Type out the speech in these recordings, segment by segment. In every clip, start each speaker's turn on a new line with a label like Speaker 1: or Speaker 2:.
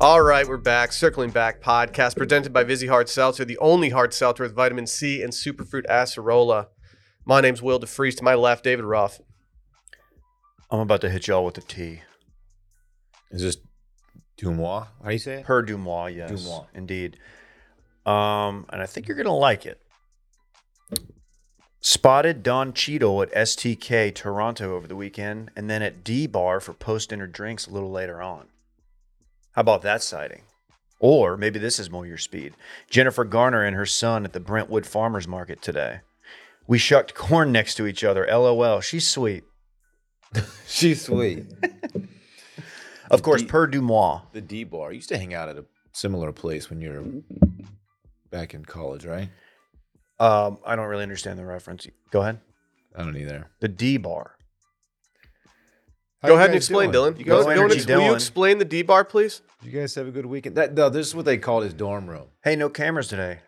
Speaker 1: All right, we're back. Circling Back podcast presented by Vizzy Hard Seltzer, the only hard seltzer with vitamin C and superfruit acerola. My name's Will DeFries. To my left, David Roth.
Speaker 2: I'm about to hit y'all with a T.
Speaker 3: Is this Dumois? How do you say it?
Speaker 2: Per Dumois, yes.
Speaker 3: Dumois.
Speaker 2: Indeed. Um, and I think you're going to like it. Spotted Don Cheadle at STK Toronto over the weekend and then at D Bar for post dinner drinks a little later on. How about that sighting? Or maybe this is more your speed. Jennifer Garner and her son at the Brentwood Farmers Market today. We shucked corn next to each other. LOL. She's sweet.
Speaker 3: She's sweet.
Speaker 2: Of course,
Speaker 3: D-
Speaker 2: per Dumois.
Speaker 3: the D bar. You used to hang out at a similar place when you were back in college, right?
Speaker 2: Um, I don't really understand the reference. Go ahead.
Speaker 3: I don't either.
Speaker 2: The D bar.
Speaker 3: How
Speaker 1: Go
Speaker 3: you
Speaker 1: ahead and
Speaker 3: guys
Speaker 1: explain,
Speaker 3: doing?
Speaker 1: Dylan.
Speaker 3: You
Speaker 2: Go
Speaker 1: Go,
Speaker 3: guys,
Speaker 1: go
Speaker 2: ahead.
Speaker 1: and
Speaker 2: Energy
Speaker 1: ex- will you
Speaker 2: Dylan.
Speaker 1: explain the D bar, please?
Speaker 3: you guys have a good weekend. That, no, this is what they called his dorm room.
Speaker 2: Hey, no cameras today.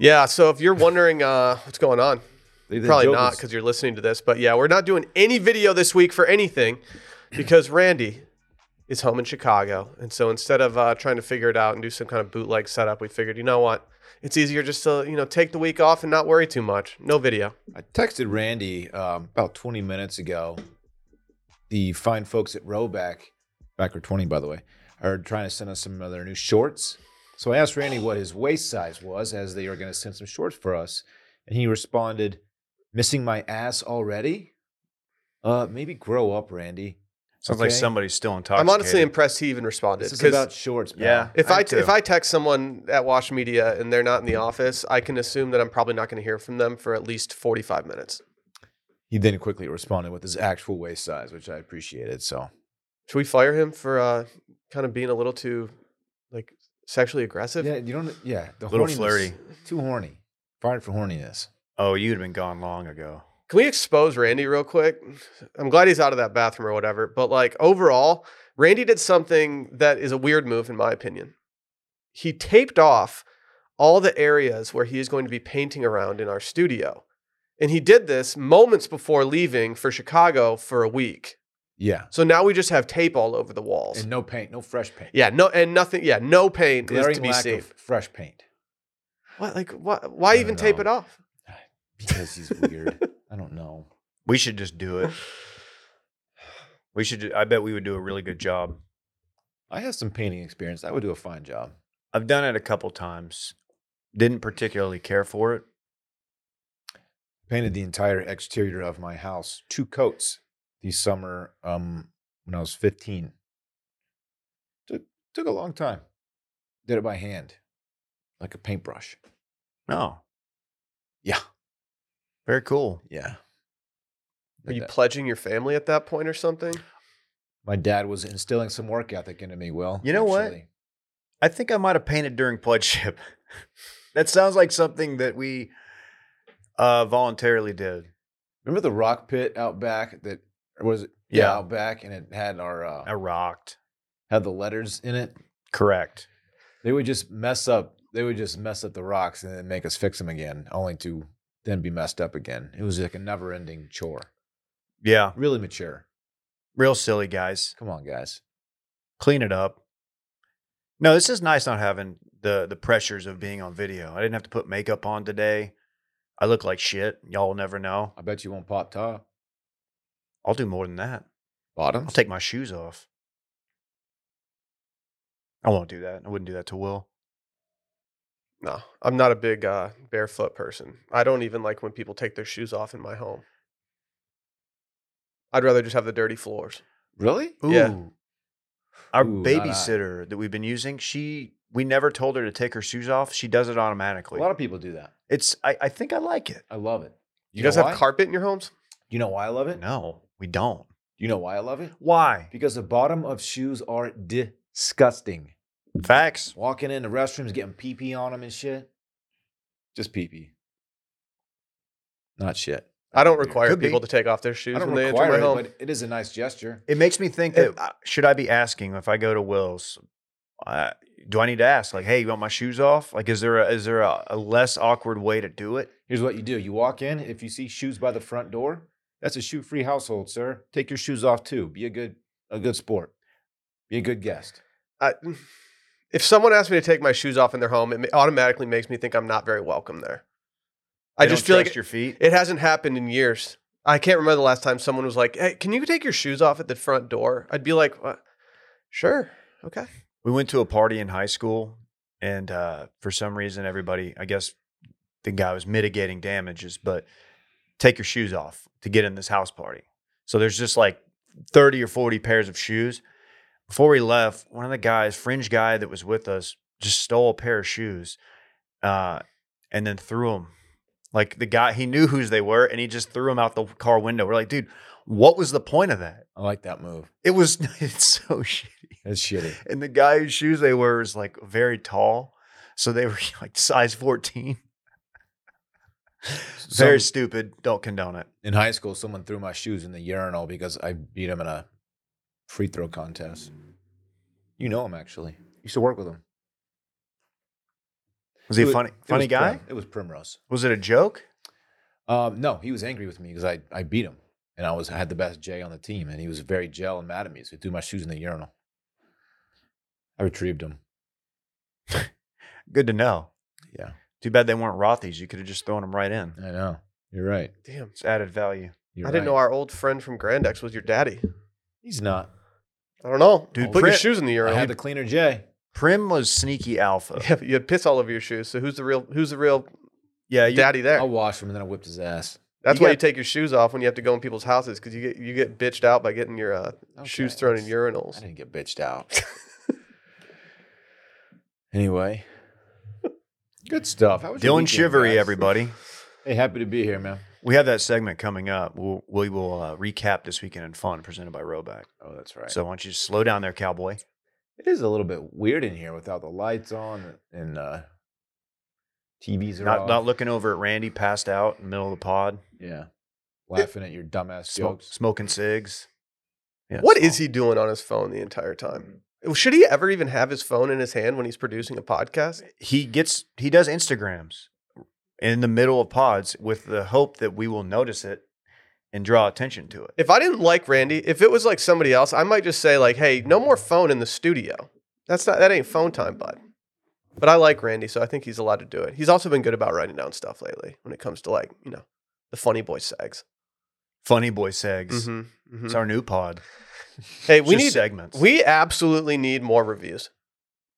Speaker 1: Yeah. So if you're wondering uh, what's going on,
Speaker 3: They- they
Speaker 1: probably
Speaker 3: joke
Speaker 1: not
Speaker 3: was-
Speaker 1: because you're listening to this, but yeah, we're not doing any video this week for anything because Randy is home in Chicago, and so instead of uh, trying to figure it out and do some kind of bootleg setup, we figured, you know what, it's easier just to you know take the week off and not worry too much. No video.
Speaker 3: I texted Randy um, about 20 minutes ago. The fine folks at Roback, back or 20, by the way, are trying to send us some of their new shorts. So I asked Randy what his waist size was as they are going to send some shorts for us. And he responded, Missing my ass already? Uh, maybe grow up, Randy.
Speaker 2: Sounds like
Speaker 3: Okay.
Speaker 2: somebody's still intoxicated.
Speaker 1: I'm honestly impressed he even responded
Speaker 3: This is
Speaker 1: 'cause
Speaker 3: about shorts, pal.
Speaker 2: Yeah.
Speaker 1: if
Speaker 2: I
Speaker 1: I
Speaker 2: too.
Speaker 1: if I text someone at Wash Media and they're not in the office, I can assume that I'm probably not going to hear from them for at least 45 minutes.
Speaker 3: He then quickly responded with his actual waist size, which I appreciated. So
Speaker 1: Should we fire him for uh, kind of being a little too like sexually aggressive?
Speaker 3: yeah, you don't. Yeah, the
Speaker 2: Little
Speaker 3: horniness-
Speaker 2: flirty.
Speaker 3: Too horny. Fired for horniness.
Speaker 2: Oh, you'd have been gone long ago.
Speaker 1: Can we expose Randy real quick? I'm glad he's out of that bathroom or whatever, but like overall, Randy did something that is a weird move in my opinion. He taped off all the areas where he is going to be painting around in our studio. And he did this moments before leaving for Chicago for a week.
Speaker 3: Yeah,
Speaker 1: So now we just have tape all over the walls.
Speaker 3: and no paint, no fresh paint.
Speaker 1: yeah, no and nothing, yeah, no paint is
Speaker 3: glaring
Speaker 1: to be
Speaker 3: lack
Speaker 1: seen.
Speaker 3: of fresh paint
Speaker 1: what like what, why
Speaker 3: I
Speaker 1: even
Speaker 3: don't
Speaker 1: tape
Speaker 3: know.
Speaker 1: it off?
Speaker 3: because he's weird. I don't know.
Speaker 2: We should just do it. We should. ju- I bet we would do a really good job.
Speaker 3: I have some painting experience. I would do a fine job.
Speaker 2: I've done it a couple times. Didn't particularly care for it.
Speaker 3: Painted the entire exterior of my house, two coats, the summer um, when I was 15. Took, took a long time. Did it by hand, like a paintbrush.
Speaker 2: No.
Speaker 3: Yeah.
Speaker 2: Very cool.
Speaker 3: Yeah.
Speaker 1: Are
Speaker 3: Did
Speaker 1: you
Speaker 3: that.
Speaker 1: pledging your family at that point or something?
Speaker 3: my dad was instilling some work ethic into me, Will.
Speaker 2: You know what? I think I might have painted during pledgeship. that sounds like something that we uh, voluntarily did.
Speaker 3: Remember the rock pit out back that or was it? Yeah,
Speaker 2: Yeah.
Speaker 3: out back, and it had our uh,
Speaker 2: I rocked.
Speaker 3: had the letters in it.
Speaker 2: Correct.
Speaker 3: They would just mess up. They would just mess up the rocks and then make us fix them again, only to then be messed up again. It was like a never-ending chore.
Speaker 2: Yeah.
Speaker 3: Really mature.
Speaker 2: Real silly guys.
Speaker 3: Come on, guys.
Speaker 2: clean it up. No, this is nice not having the the pressures of being on video. I didn't have to put makeup on today. I look like shit. Y'all will never know.
Speaker 3: I bet you won't pop top,
Speaker 2: I'll do more than that.
Speaker 3: bottom.
Speaker 2: I'll take my shoes off. I won't do that. I wouldn't do that to Will.
Speaker 1: No, I'm not a big uh, barefoot person. I don't even like when people take their shoes off in my home. I'd rather just have the dirty floors.
Speaker 3: Really?
Speaker 2: Ooh.
Speaker 1: Yeah.
Speaker 2: Our
Speaker 3: Ooh, not I.
Speaker 2: babysitter that we've been using, she we never told her to take her shoes off. She does it
Speaker 3: A
Speaker 2: automatically.
Speaker 3: lot of people do that.
Speaker 2: it's I, I think I like it.
Speaker 3: I love it.
Speaker 1: You, guys
Speaker 3: know
Speaker 1: have
Speaker 3: why?
Speaker 1: carpet in your homes?
Speaker 3: You know why I love it?
Speaker 2: No, we don't.
Speaker 3: You know why I love it?
Speaker 2: Why?
Speaker 3: Because the bottom of shoes are disgusting.
Speaker 2: Facts.
Speaker 3: Walking in the restrooms, getting pee pee on them and shit. Just pee pee. Not shit.
Speaker 1: I don't require
Speaker 2: Could be.
Speaker 1: people to take off their shoes
Speaker 3: I don't
Speaker 1: when they enter
Speaker 3: require
Speaker 1: my
Speaker 3: it,
Speaker 1: home.
Speaker 3: but it is a nice gesture.
Speaker 2: It makes me think that
Speaker 3: It-
Speaker 2: uh, should I be asking if I go to Will's? Uh, do I need to ask like, hey, you want my shoes off? Like, is there a, is there a, a less awkward way to do it?
Speaker 3: Here's what you do you walk in, if you see shoes by the front door, that's a shoe free household, sir. Take your shoes off too. Be a good a good sport. Be a good guest.
Speaker 1: I, if someone asks me to take my shoes off in their home, it ma- automatically makes me think I'm not very welcome there. I
Speaker 2: They
Speaker 1: just
Speaker 2: don't
Speaker 1: feel like
Speaker 2: trust
Speaker 1: it-
Speaker 2: your feet.
Speaker 1: it hasn't happened in years. I can't remember the last time someone was like, "Hey, can you take your shoes off at the front door?" I'd be like, "What? "Sure, okay."
Speaker 2: We went to a party in high school, and uh, for some reason, everybody, I guess the guy was mitigating damages, but take your shoes off to get in this house party. So there's just like 30 or 40 pairs of shoes. Before we left, one of the guys, fringe guy that was with us, just stole a pair of shoes uh, and then threw them. Like the guy, he knew whose they were and he just threw them out the car window. We're like, dude, what was the point of that?
Speaker 3: I like that move.
Speaker 2: It was, it's so shitty.
Speaker 3: That's shitty.
Speaker 2: And the guy whose shoes they were was like very tall. So they were like size 14.
Speaker 3: So
Speaker 2: very stupid. Don't condone it.
Speaker 3: in high school, someone threw my shoes in the urinal because I beat him in a free throw contest. You know him actually. Used to work with him.
Speaker 2: Was he a
Speaker 3: It wa-
Speaker 2: funny,
Speaker 3: it was
Speaker 2: funny guy?
Speaker 3: Prim- It was Primrose.
Speaker 2: Was it a joke?
Speaker 3: Um, no, he was angry with me because I, I beat him and I was I had the best J on the team and he was very gel and mad at me. So he threw my shoes in the urinal. I retrieved him.
Speaker 2: Good to know.
Speaker 3: Yeah.
Speaker 2: Too bad they weren't Rothies. You could have just thrown them right in.
Speaker 3: I know. You're right.
Speaker 1: Damn,
Speaker 2: It's added value.
Speaker 3: You're
Speaker 1: I didn't know
Speaker 3: right.
Speaker 1: our old friend from Grand X was your daddy.
Speaker 3: He's not.
Speaker 1: I don't know,
Speaker 2: Dude,
Speaker 1: Put your
Speaker 2: Prim-
Speaker 1: shoes in the
Speaker 3: I
Speaker 1: urinal.
Speaker 3: had the cleaner J.
Speaker 2: Prim was sneaky alpha.
Speaker 1: yeah, but you had piss all over your shoes. So who's the real? Who's the real
Speaker 2: Yeah, you,
Speaker 1: daddy there?
Speaker 3: I washed him and then I whipped his ass.
Speaker 1: That's
Speaker 2: you
Speaker 1: why
Speaker 2: got-
Speaker 1: you take your shoes off when you have to go in people's houses because you get you get bitched out by getting your uh, shoes
Speaker 3: Okay,
Speaker 1: thrown in
Speaker 3: that's- I
Speaker 1: urinals.
Speaker 3: didn't get bitched out. anyway, good stuff. How was your
Speaker 2: Dylan
Speaker 3: weekend,
Speaker 2: Shivery,
Speaker 3: guys?
Speaker 2: everybody.
Speaker 3: Hey, happy to be here, man.
Speaker 2: We have that segment coming up. We'll, we will uh, recap this weekend in fun presented by Roback.
Speaker 3: Oh, that's right.
Speaker 2: So
Speaker 3: So
Speaker 2: why don't you slow down there, cowboy?
Speaker 3: it is a little bit weird in here without the lights on and uh, TVs are
Speaker 2: Not,
Speaker 3: off.
Speaker 2: not looking over at Randy, passed out in the middle of the pod,
Speaker 3: yeah, laughing at your dumbass
Speaker 2: smoke,
Speaker 3: jokes.
Speaker 2: smoking cigs. Yeah,
Speaker 1: What
Speaker 2: so-
Speaker 1: is he doing on his phone the entire time? Should he ever even have his phone in his hand when he's producing a podcast?
Speaker 2: He gets he does Instagrams in the middle of pods with the hope that we will notice it and draw attention to it.
Speaker 1: If I didn't like Randy, if it was like somebody else, I might just say like, "Hey, no more phone in the studio." That's not that ain't phone time, bud. But I like Randy, so I think he's allowed to do it. He's also been good about writing down stuff lately when it comes to like you know the funny boy sags.
Speaker 2: Funny boy segs.
Speaker 1: Mhm, mhm.
Speaker 2: It's our new pod.
Speaker 1: Hey,
Speaker 2: It's
Speaker 1: we
Speaker 2: mm-hmm. just
Speaker 1: need
Speaker 2: segments.
Speaker 1: We absolutely need more reviews.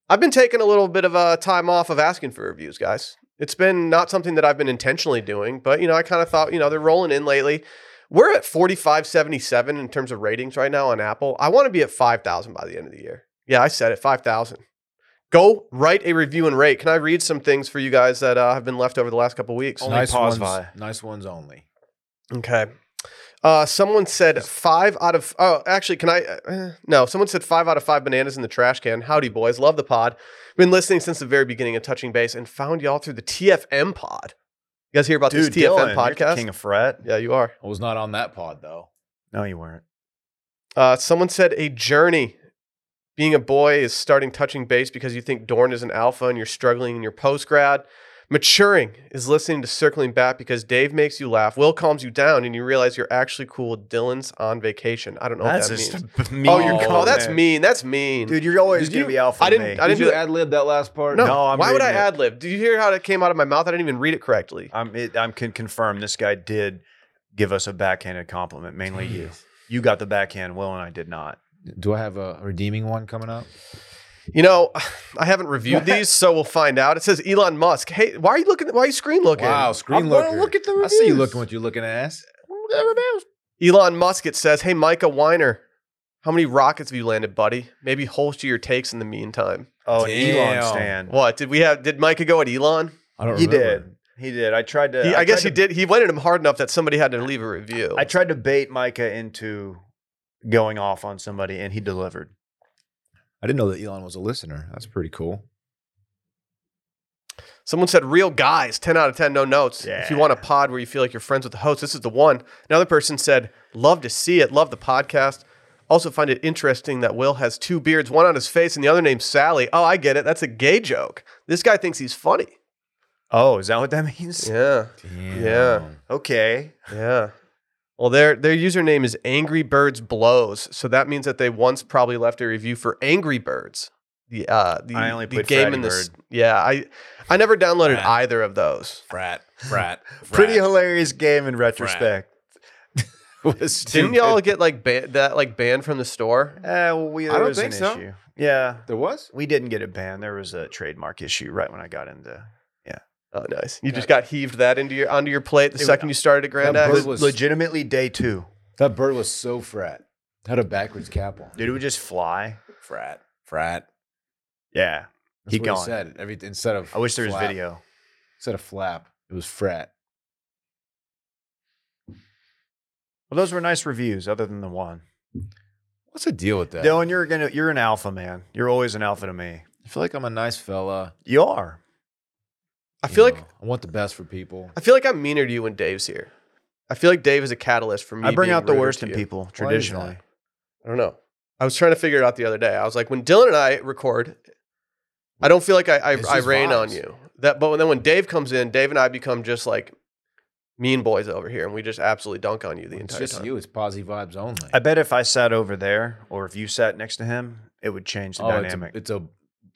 Speaker 1: I've been taking a little bit of a time off of asking for reviews, guys. It's been not something that I've been intentionally doing, but you know, I kind of thought, you know, they're rolling in lately. We're at 4577 in terms of ratings right now on Apple. I want to be at 5000 by the end of the year. Yeah, I said it, 5000. Go write a review and rate. Can I read some things for you guys that uh, have been left over the last couple weeks?
Speaker 2: Only pause
Speaker 3: ones,
Speaker 2: by.
Speaker 3: nice ones only.
Speaker 1: Okay. Uh, someone said five out of. Oh, actually, can I? Uh, no, someone said five out of five bananas in the trash can. Howdy, boys. Love the pod. Been listening since the very beginning of Touching Base and found y'all through the TFM pod. You guys hear about
Speaker 2: Dude,
Speaker 1: this TFM
Speaker 2: Dylan, you're the
Speaker 1: podcast?
Speaker 2: King of Fret.
Speaker 1: yeah, you are.
Speaker 3: I was not on that pod though.
Speaker 2: No, you weren't.
Speaker 1: Uh, someone said a journey. Being a boy is starting touching base because you think Dorn is an alpha and you're struggling in your post grad. Maturing is listening to Circling Back because Dave makes you laugh. Will calms you down and you realize you're actually cool. Dylan's on vacation. I don't know
Speaker 2: That's
Speaker 1: what that means.
Speaker 2: just a mean.
Speaker 1: Oh, you're
Speaker 3: Oh,
Speaker 1: cool. that's
Speaker 2: man.
Speaker 1: mean. That's mean.
Speaker 2: Dude, you're always
Speaker 3: Did
Speaker 2: gonna
Speaker 3: you-
Speaker 2: be alpha.
Speaker 1: I
Speaker 2: to
Speaker 1: didn't-
Speaker 2: me.
Speaker 1: I
Speaker 3: Did
Speaker 1: didn't
Speaker 3: you
Speaker 1: do that.
Speaker 3: ad lib that last part?
Speaker 1: no,
Speaker 2: no, I'm
Speaker 1: why would I
Speaker 2: reading it.
Speaker 1: ad lib? Did you hear how it came out of my mouth? I didn't even read it correctly.
Speaker 2: I'm it, I'm can confirm this guy did give us a backhanded compliment, mainly you. You got the backhand, Will and I did not.
Speaker 3: Do I have a redeeming one coming up?
Speaker 1: You know, I haven't reviewed these, so we'll find out. It says Elon Musk. Hey, why are you looking? Why are you screen looking?
Speaker 3: Wow, screen looker.
Speaker 1: Look at the
Speaker 3: I
Speaker 1: reviews.
Speaker 3: see you looking what you're looking at.
Speaker 1: Elon Musk, it says, Hey, Micah Weiner, how many rockets have you landed, buddy? Maybe holster your takes in the meantime.
Speaker 2: Oh, an Elon
Speaker 3: Damn.
Speaker 2: stand.
Speaker 1: What did we have? Did Micah go at Elon?
Speaker 3: I don't
Speaker 2: He
Speaker 3: remember.
Speaker 2: did. He did. I tried to.
Speaker 1: He, I,
Speaker 2: tried
Speaker 1: guess
Speaker 2: to-
Speaker 1: he did. He went at him hard enough that somebody had to leave a review.
Speaker 2: I tried to bait Micah into going off on somebody, and he delivered.
Speaker 3: I didn't know that Elon was a listener. That's pretty cool.
Speaker 1: Someone said, Real guys, 10 out of 10, no notes. If you
Speaker 2: Yeah.
Speaker 1: want a pod where you feel like you're friends with the host, this is the one. Another person said, Love to see it. Love the podcast. Also, find it interesting that Will has two beards, one on his face and the other named Sally. Oh, I get it. That's a gay joke. This guy thinks he's funny.
Speaker 2: Oh, is that what that means?
Speaker 1: Yeah. Yeah.
Speaker 2: Okay.
Speaker 1: Yeah. Well, their their username is Angry Birds Blows, so that means that they once probably left a review for Angry Birds. the uh, the,
Speaker 2: I only
Speaker 1: the
Speaker 2: played
Speaker 1: game
Speaker 2: Freddy
Speaker 1: in this. Yeah, I I never downloaded
Speaker 3: Frat.
Speaker 1: either of those.
Speaker 3: Frat, frat, frat.
Speaker 2: Pretty hilarious game in retrospect.
Speaker 3: was
Speaker 1: Didn't
Speaker 3: stupid.
Speaker 1: y'all get like ban- that like banned from the store?
Speaker 2: Uh, well, we,
Speaker 3: I
Speaker 2: there
Speaker 3: don't
Speaker 2: was
Speaker 3: think
Speaker 2: an
Speaker 3: so.
Speaker 2: issue. Yeah,
Speaker 3: There was.
Speaker 2: we didn't get it banned. There was a trademark issue right when I got into.
Speaker 1: Oh, nice. You just got heaved that into your onto your plate the
Speaker 2: It-
Speaker 1: second you started at Grand
Speaker 3: That
Speaker 1: X.
Speaker 3: was-
Speaker 2: legitimately day two.
Speaker 3: That bird was so frat. Had a backwards cap on.
Speaker 2: Dude, it would just fly.
Speaker 3: Frat, frat.
Speaker 2: Yeah,
Speaker 3: That's
Speaker 2: Keep
Speaker 3: what he
Speaker 2: going.
Speaker 3: said. Every, instead of
Speaker 2: I wish there was
Speaker 3: flap-
Speaker 2: video.
Speaker 3: Instead of flap, it was frat.
Speaker 2: Well, those were nice reviews, other than the one.
Speaker 3: What's the deal with that?
Speaker 2: Dylan, you're gonna you're an alpha man. You're always an alpha to me.
Speaker 3: I feel like I'm a nice fella.
Speaker 2: You are.
Speaker 1: I
Speaker 3: you
Speaker 1: feel like
Speaker 3: know, I want the best for people.
Speaker 1: I feel like I'm meaner to you when Dave's here. I feel like Dave is a catalyst for me.
Speaker 2: I bring
Speaker 1: being
Speaker 2: out the
Speaker 1: ruder
Speaker 2: worst
Speaker 1: to
Speaker 2: in
Speaker 1: you.
Speaker 2: people traditionally.
Speaker 1: I don't know. I was trying to figure it out the other day. I was like, when Dylan and I record, I don't feel like I I,
Speaker 3: It's
Speaker 1: I
Speaker 3: just
Speaker 1: rain on
Speaker 3: vibes.
Speaker 1: you. That, but then when Dave comes in, Dave and I become just like mean boys over here, and we just absolutely dunk on you the
Speaker 3: it's
Speaker 1: entire
Speaker 3: just
Speaker 1: time.
Speaker 3: you. It's positive vibes only.
Speaker 2: I bet if I sat over there or if you sat next to him, it would change the
Speaker 3: oh, it's a,
Speaker 2: dynamic.
Speaker 3: it's a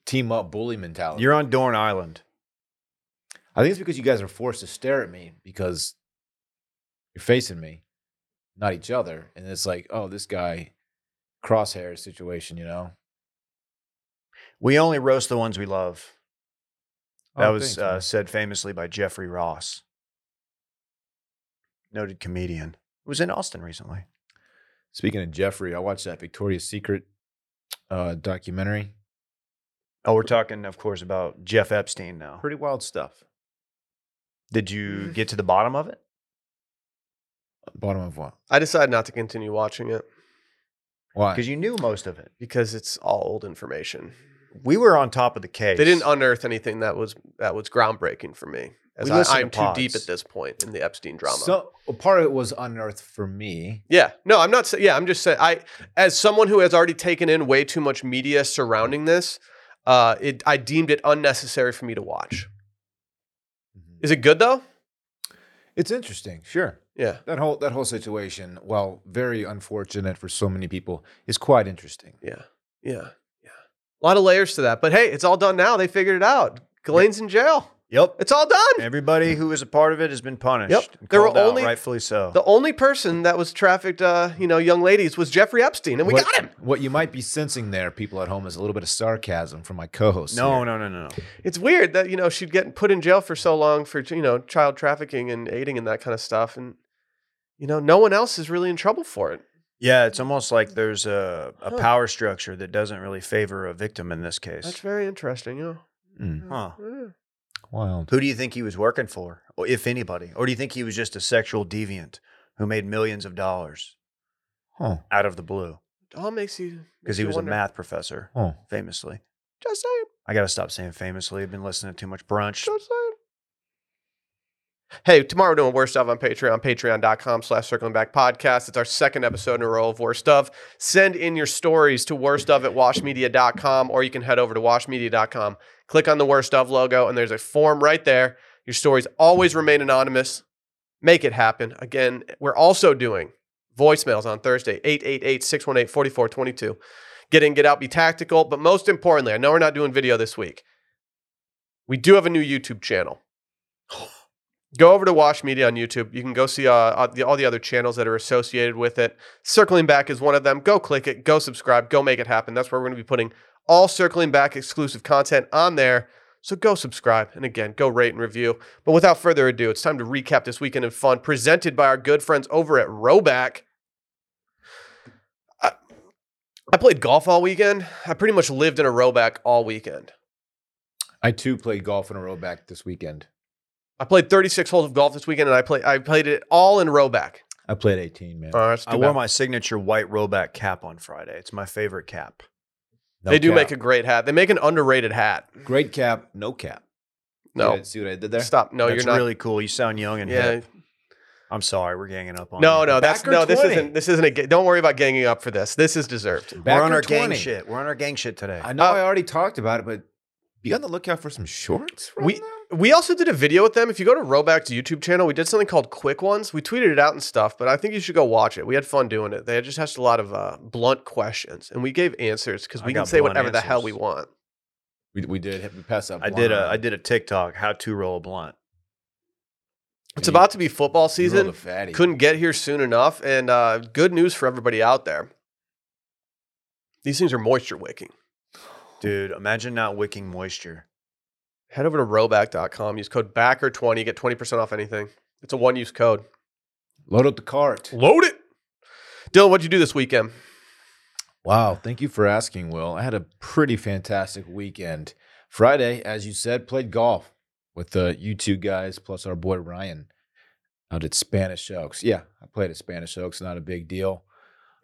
Speaker 3: team up bully mentality.
Speaker 2: You're on Dorn Island.
Speaker 3: I think it's because you guys are forced to stare at me because you're facing me, not each other. And it's like, oh, this guy, crosshair situation, you know?
Speaker 2: We only roast the ones we love. That
Speaker 3: Oh,
Speaker 2: was
Speaker 3: thanks,
Speaker 2: uh,
Speaker 3: man.
Speaker 2: said famously by Jeffrey Ross, noted comedian. Who was in Austin recently.
Speaker 3: Speaking of Jeffrey, I watched that Victoria's Secret uh, documentary.
Speaker 2: Oh, we're talking, of course, about Jeff Epstein now.
Speaker 3: Pretty wild stuff.
Speaker 2: Did you get to the bottom of it?
Speaker 3: Bottom of what?
Speaker 1: I decided not to continue watching it
Speaker 3: Why?
Speaker 2: Because you knew most of it.
Speaker 1: because it's all old information.
Speaker 2: We were on top of the case.
Speaker 1: They didn't unearth anything that was that was groundbreaking for me. As
Speaker 2: We
Speaker 1: I,
Speaker 2: listen to
Speaker 1: I'm too deep
Speaker 2: pods.
Speaker 1: at this point in the Epstein drama.
Speaker 3: So well, part of it was unearthed for me.
Speaker 1: Yeah, no, I'm not. sa- Yeah, I'm just saying. I, as someone who has already taken in way too much media surrounding this, uh, it I deemed it unnecessary for me to watch. Is it good though?
Speaker 3: It's interesting, sure.
Speaker 1: Yeah,
Speaker 3: That whole that whole situation, while very unfortunate for so many people, is quite interesting.
Speaker 1: yeah, yeah, yeah. A lot of layers to that, but hey, it's all done now. They figured it out. Ghislaine's in jail.
Speaker 2: Yep.
Speaker 1: It's all done.
Speaker 2: Everybody who was a part of it has been punished.
Speaker 1: Yep.
Speaker 2: and
Speaker 1: There were
Speaker 2: called out,
Speaker 1: only-
Speaker 2: rightfully so.
Speaker 1: The only person that was trafficked, uh, you know, young ladies was Jeffrey Epstein, and we
Speaker 3: what,
Speaker 1: got him.
Speaker 3: What you might be sensing there, people at home, is a little bit of sarcasm from my co-host.
Speaker 2: no,
Speaker 3: here.
Speaker 2: no, no, no, no.
Speaker 1: It's weird that you know she'd get put in jail for so long for you know child trafficking and aiding and that kind of stuff, and you know, no one else is really in trouble for it.
Speaker 2: Yeah, it's almost like there's a, a
Speaker 1: Huh.
Speaker 2: power structure that doesn't really favor a victim in this case.
Speaker 1: That's very interesting. Yeah.
Speaker 3: Mm,
Speaker 2: Huh.
Speaker 1: Yeah.
Speaker 3: wild.
Speaker 2: Who do you think he was working for, or if anybody? Or do you think he was just a sexual deviant who made millions of dollars
Speaker 3: Oh,
Speaker 2: out of the blue?
Speaker 1: It all makes you makes
Speaker 2: Because he
Speaker 1: you
Speaker 2: was
Speaker 1: wonder.
Speaker 2: a math professor,
Speaker 3: oh.
Speaker 2: famously.
Speaker 1: Just saying.
Speaker 2: I got to stop saying famously. I've been listening to too much brunch.
Speaker 1: Just saying. Hey, tomorrow we're doing Worst Of on Patreon, patreon.com slash circling back podcast. It's our second episode in a row of Worst Of. Send in your stories to worst of at washmedia.com or you can head over to washmedia.com. Click on the Worst Of logo and there's a form right there. Your stories always remain anonymous. Make it happen. Again, we're also doing voicemails on Thursday, 888 618 4422. Get in, get out, be tactical. But most importantly, I know we're not doing video this week. We do have a new YouTube channel. Go over to Wash Media on YouTube. You can go see uh, uh, the, all the other channels that are associated with it. Circling Back is one of them. Go click it, go subscribe, go make it happen. That's where we're going to be putting all Circling Back exclusive content on there. So go subscribe. And again, go rate and review. But without further ado, it's time to recap this weekend in fun presented by our good friends over at Roback. I, I played golf all weekend. I pretty much lived in a Roback all weekend.
Speaker 3: I too played golf in a row back this weekend.
Speaker 1: I played 36 holes of golf this weekend, and I played I played it all in row back.
Speaker 3: I played 18, man.
Speaker 1: Uh, that's too
Speaker 2: I wore
Speaker 1: bad.
Speaker 2: my signature white Roback cap on Friday. It's my favorite cap.
Speaker 3: No
Speaker 1: they do
Speaker 3: cap.
Speaker 1: make a great hat. They make an underrated hat.
Speaker 3: great cap, no cap. See what I-
Speaker 1: No,
Speaker 3: see what I did there?
Speaker 1: stop. No,
Speaker 2: That's
Speaker 1: you're not.
Speaker 2: really cool. You sound young and
Speaker 1: yeah.
Speaker 2: hip. I'm sorry, we're ganging up on
Speaker 1: No,
Speaker 2: you.
Speaker 1: no, that's
Speaker 3: Backer
Speaker 1: no. This
Speaker 3: 20.
Speaker 1: isn't. This isn't a. ga- Don't worry about ganging up for this. This is deserved.
Speaker 3: Back
Speaker 2: we're on
Speaker 3: in
Speaker 2: our gang
Speaker 3: 20.
Speaker 2: shit. We're on our gang shit today.
Speaker 3: I know
Speaker 1: Uh,
Speaker 3: I already talked about it, but be on the lookout for some shorts. From
Speaker 1: We-
Speaker 3: them?
Speaker 1: We also did a video with them. If you go to Roback's YouTube channel, we did something called Quick Ones. We tweeted it out and stuff, but I think you should go watch it. We had fun doing it. They just asked a lot of uh, blunt questions, and we gave answers because
Speaker 2: I
Speaker 1: we can
Speaker 2: got
Speaker 1: say
Speaker 2: blunt
Speaker 1: whatever the hell
Speaker 2: answers.
Speaker 1: we want.
Speaker 3: We, we did uh, hit- we passed out.
Speaker 2: I did a I did a TikTok how to roll a blunt.
Speaker 1: It's about to be football season.
Speaker 3: fatty.
Speaker 1: Couldn't get here soon enough, and uh, good news for everybody out there. These things are moisture wicking.
Speaker 2: Dude, imagine not wicking moisture.
Speaker 1: Head over to rowback.com. Use code BACKER20. Get 20% off anything. It's a one use code.
Speaker 3: load up the cart.
Speaker 1: Load it. Dylan, what'd you do this weekend?
Speaker 3: Wow, thank you for asking, Will. I had a pretty fantastic weekend. Friday, as you said, played golf with uh, you two guys plus our boy Ryan out at Spanish Oaks. Yeah, I played at Spanish Oaks. Not a big deal.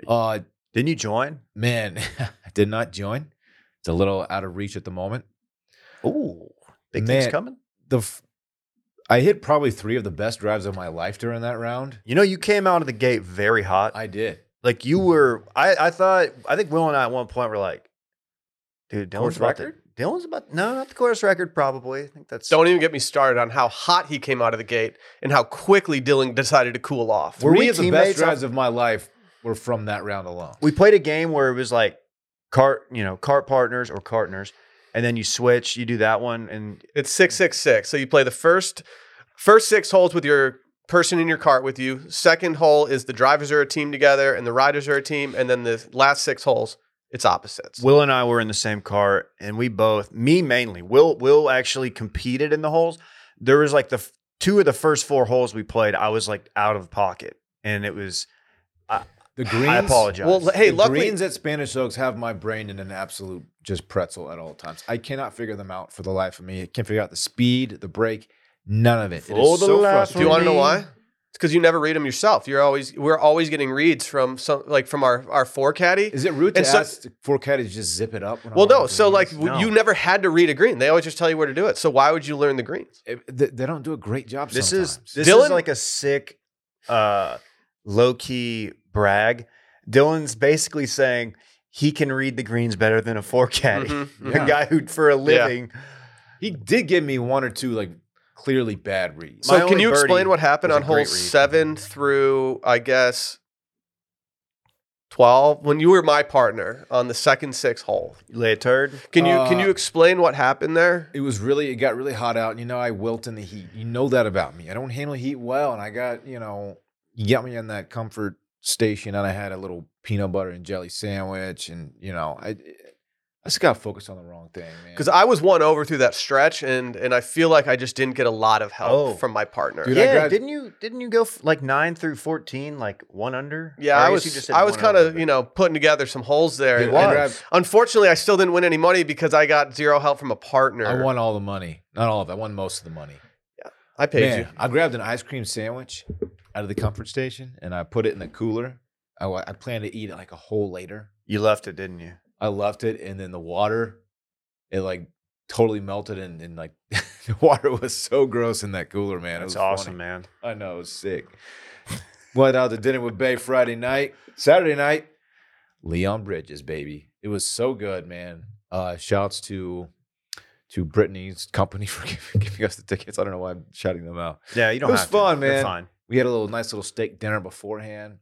Speaker 3: Uh,
Speaker 2: Didn't you join?
Speaker 3: man, I did not join. It's a little out of reach at the moment.
Speaker 2: Ooh, big
Speaker 3: Man.
Speaker 2: things coming.
Speaker 3: The f- I hit probably three of the best drives of my life during that round.
Speaker 2: You know, you came out of the gate very hot.
Speaker 3: I did.
Speaker 2: like you were. I, I thought. I think Will and I at one point were like, "Dude, Dylan's
Speaker 3: Course
Speaker 2: about to-
Speaker 3: record?
Speaker 2: Dylan's about no, not the course record. Probably. I think that's
Speaker 1: Don't even get me started on how hot he came out of the gate and how quickly Dylan decided to cool off.
Speaker 2: Were
Speaker 3: three
Speaker 2: we
Speaker 3: of the best
Speaker 2: teammates on-
Speaker 3: drives of my life were from that round alone.
Speaker 2: we played a game where it was like cart, you know, cart partners or partners, and then you switch, you do that one, and
Speaker 1: It's six six six. So you play the first first six holes with your person in your cart with you. Second hole is the drivers are a team together and the riders are a team, and then the last six holes it's opposites.
Speaker 2: Will and I were in the same cart, and we both, me mainly, Will, Will actually competed in the holes. There was like the f- two of the first four holes we played, I was like out of pocket, and it was.
Speaker 3: The greens.
Speaker 2: I apologize.
Speaker 1: Well, hey,
Speaker 3: the
Speaker 1: luckily
Speaker 3: greens at Spanish Oaks have my brain in an absolute just pretzel at all times. I cannot figure them out for the life of me. I can't figure out the speed, the brake, none of it. It
Speaker 2: For
Speaker 3: is
Speaker 2: the
Speaker 3: so
Speaker 2: life of
Speaker 1: do you
Speaker 3: frustrating.
Speaker 1: want to know
Speaker 2: me.
Speaker 1: why? It's because you never read them yourself. You're always we're always getting reads from some like from our our four caddy.
Speaker 3: Is it rude to
Speaker 1: And so-
Speaker 3: ask for Cat to just zip it up? when I'm
Speaker 1: Well,
Speaker 3: on the
Speaker 1: no. So like
Speaker 3: greens?
Speaker 1: w-
Speaker 2: No.
Speaker 1: you never had to read a green. They always just tell you where to do it. So why would you learn the greens?
Speaker 3: It- they, they don't do a great job.
Speaker 2: This
Speaker 3: sometimes.
Speaker 2: is this
Speaker 1: Dylan-
Speaker 2: is like a sick, uh, low key brag. Dylan's basically saying he can read the greens better than a four caddy,
Speaker 1: Mhm, mhm.
Speaker 2: a guy who for a living.
Speaker 3: he did give me one or two like clearly bad reads.
Speaker 2: My
Speaker 1: So can
Speaker 2: only
Speaker 1: you explain
Speaker 2: birdie
Speaker 1: what happened
Speaker 2: was a
Speaker 1: on hole
Speaker 2: great read.
Speaker 1: seven through I guess twelve when you were my partner on the second six hole?
Speaker 2: You Lay a turd.
Speaker 1: Can you can
Speaker 3: Uh,
Speaker 1: you explain what happened there?
Speaker 3: It was really, it got really hot out, and you know, I wilt in the heat. You know that about me. I don't handle heat well, and I got, you know, you got me in that comfort station, and I had a little peanut butter and jelly sandwich, and you know, I, I just got focused on the wrong thing, man.
Speaker 1: Because I was one over through that stretch, and and I feel like I just didn't get a lot of help
Speaker 2: Oh.
Speaker 1: from my partner.
Speaker 3: Dude, I
Speaker 2: yeah,
Speaker 3: grad-
Speaker 2: didn't you didn't you go f- like nine through fourteen, like one under?
Speaker 1: yeah,
Speaker 2: Or
Speaker 1: I
Speaker 2: guess
Speaker 1: was
Speaker 2: you just said
Speaker 1: I was
Speaker 2: one
Speaker 1: kind
Speaker 2: under,
Speaker 1: of
Speaker 2: but-
Speaker 1: you know putting together some holes there.
Speaker 3: Dude,
Speaker 1: and-
Speaker 2: was.
Speaker 1: and
Speaker 3: grabbed-
Speaker 1: unfortunately, I still didn't win any money because I got zero help from a partner.
Speaker 3: I won all the money, not all of it. I won most of the money.
Speaker 1: I paid
Speaker 3: Man,
Speaker 1: you.
Speaker 3: I grabbed an ice cream sandwich out of the comfort station, and I put it in the cooler. I, wa- I planned to eat it like a whole later.
Speaker 2: You left it, didn't you?
Speaker 3: I left it, and then the water, it like totally melted, and, and like the water was so gross in that cooler, man. it
Speaker 2: That's
Speaker 3: was
Speaker 2: awesome,
Speaker 3: funny.
Speaker 2: man.
Speaker 3: I know, it was sick. Went out to dinner with Bay Friday night, Saturday night. Leon Bridges, baby, it was so good, man. Uh, shouts to to Brittany's company for giving, giving us the tickets. I don't know why I'm shouting them out.
Speaker 2: Yeah, you don't.
Speaker 3: It was
Speaker 2: have
Speaker 3: fun,
Speaker 2: to. You're
Speaker 3: man.
Speaker 2: fine.
Speaker 3: We had a little nice little steak dinner beforehand.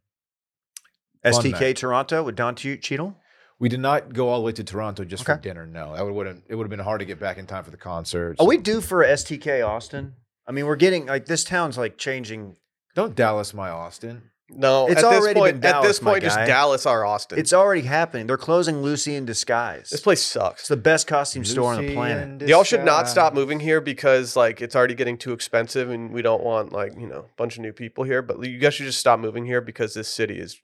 Speaker 3: Fun
Speaker 2: STK
Speaker 3: night.
Speaker 2: Toronto with Don Che- Cheadle.
Speaker 3: We did not go all the way to Toronto just for
Speaker 2: Okay.
Speaker 3: dinner. No, that would have it would have been hard to get back in time for the concert.
Speaker 2: Are Oh, we due for a STK Austin? I mean, we're getting like this town's like changing.
Speaker 3: Don't Dallas my Austin.
Speaker 1: No,
Speaker 2: It's
Speaker 1: at this
Speaker 2: already
Speaker 1: point,
Speaker 2: been
Speaker 1: at this
Speaker 2: Dallas, my
Speaker 1: point, just
Speaker 2: guy.
Speaker 1: Dallas or Austin.
Speaker 2: It's already happening. They're closing Lucy in disguise.
Speaker 1: this place sucks.
Speaker 2: It's the best costume store on the planet.
Speaker 1: Y'all should not stop moving here because like it's already getting too expensive and we don't want like, you know, a bunch of new people here. But you guys should just stop moving here because this city is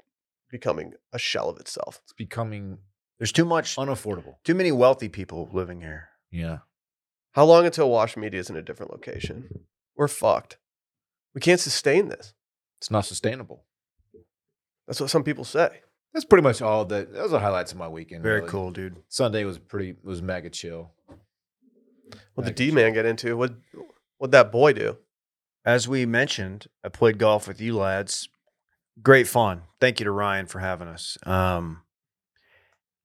Speaker 1: becoming a shell of itself.
Speaker 3: It's becoming
Speaker 2: There's too much,
Speaker 3: unaffordable.
Speaker 2: too many wealthy people living here.
Speaker 3: Yeah.
Speaker 1: How long until Wash Media is in a different location? We're fucked. We can't sustain this.
Speaker 3: It's not sustainable.
Speaker 1: That's what some people say.
Speaker 3: That's pretty much all that those are highlights of my weekend.
Speaker 2: Very
Speaker 3: really.
Speaker 2: cool, dude.
Speaker 3: Sunday was pretty was mega chill.
Speaker 1: What the
Speaker 3: I can
Speaker 1: D man get into? What what that boy do?
Speaker 2: As we mentioned, I played golf with you lads. Great fun. Thank you to Ryan for having us. Um,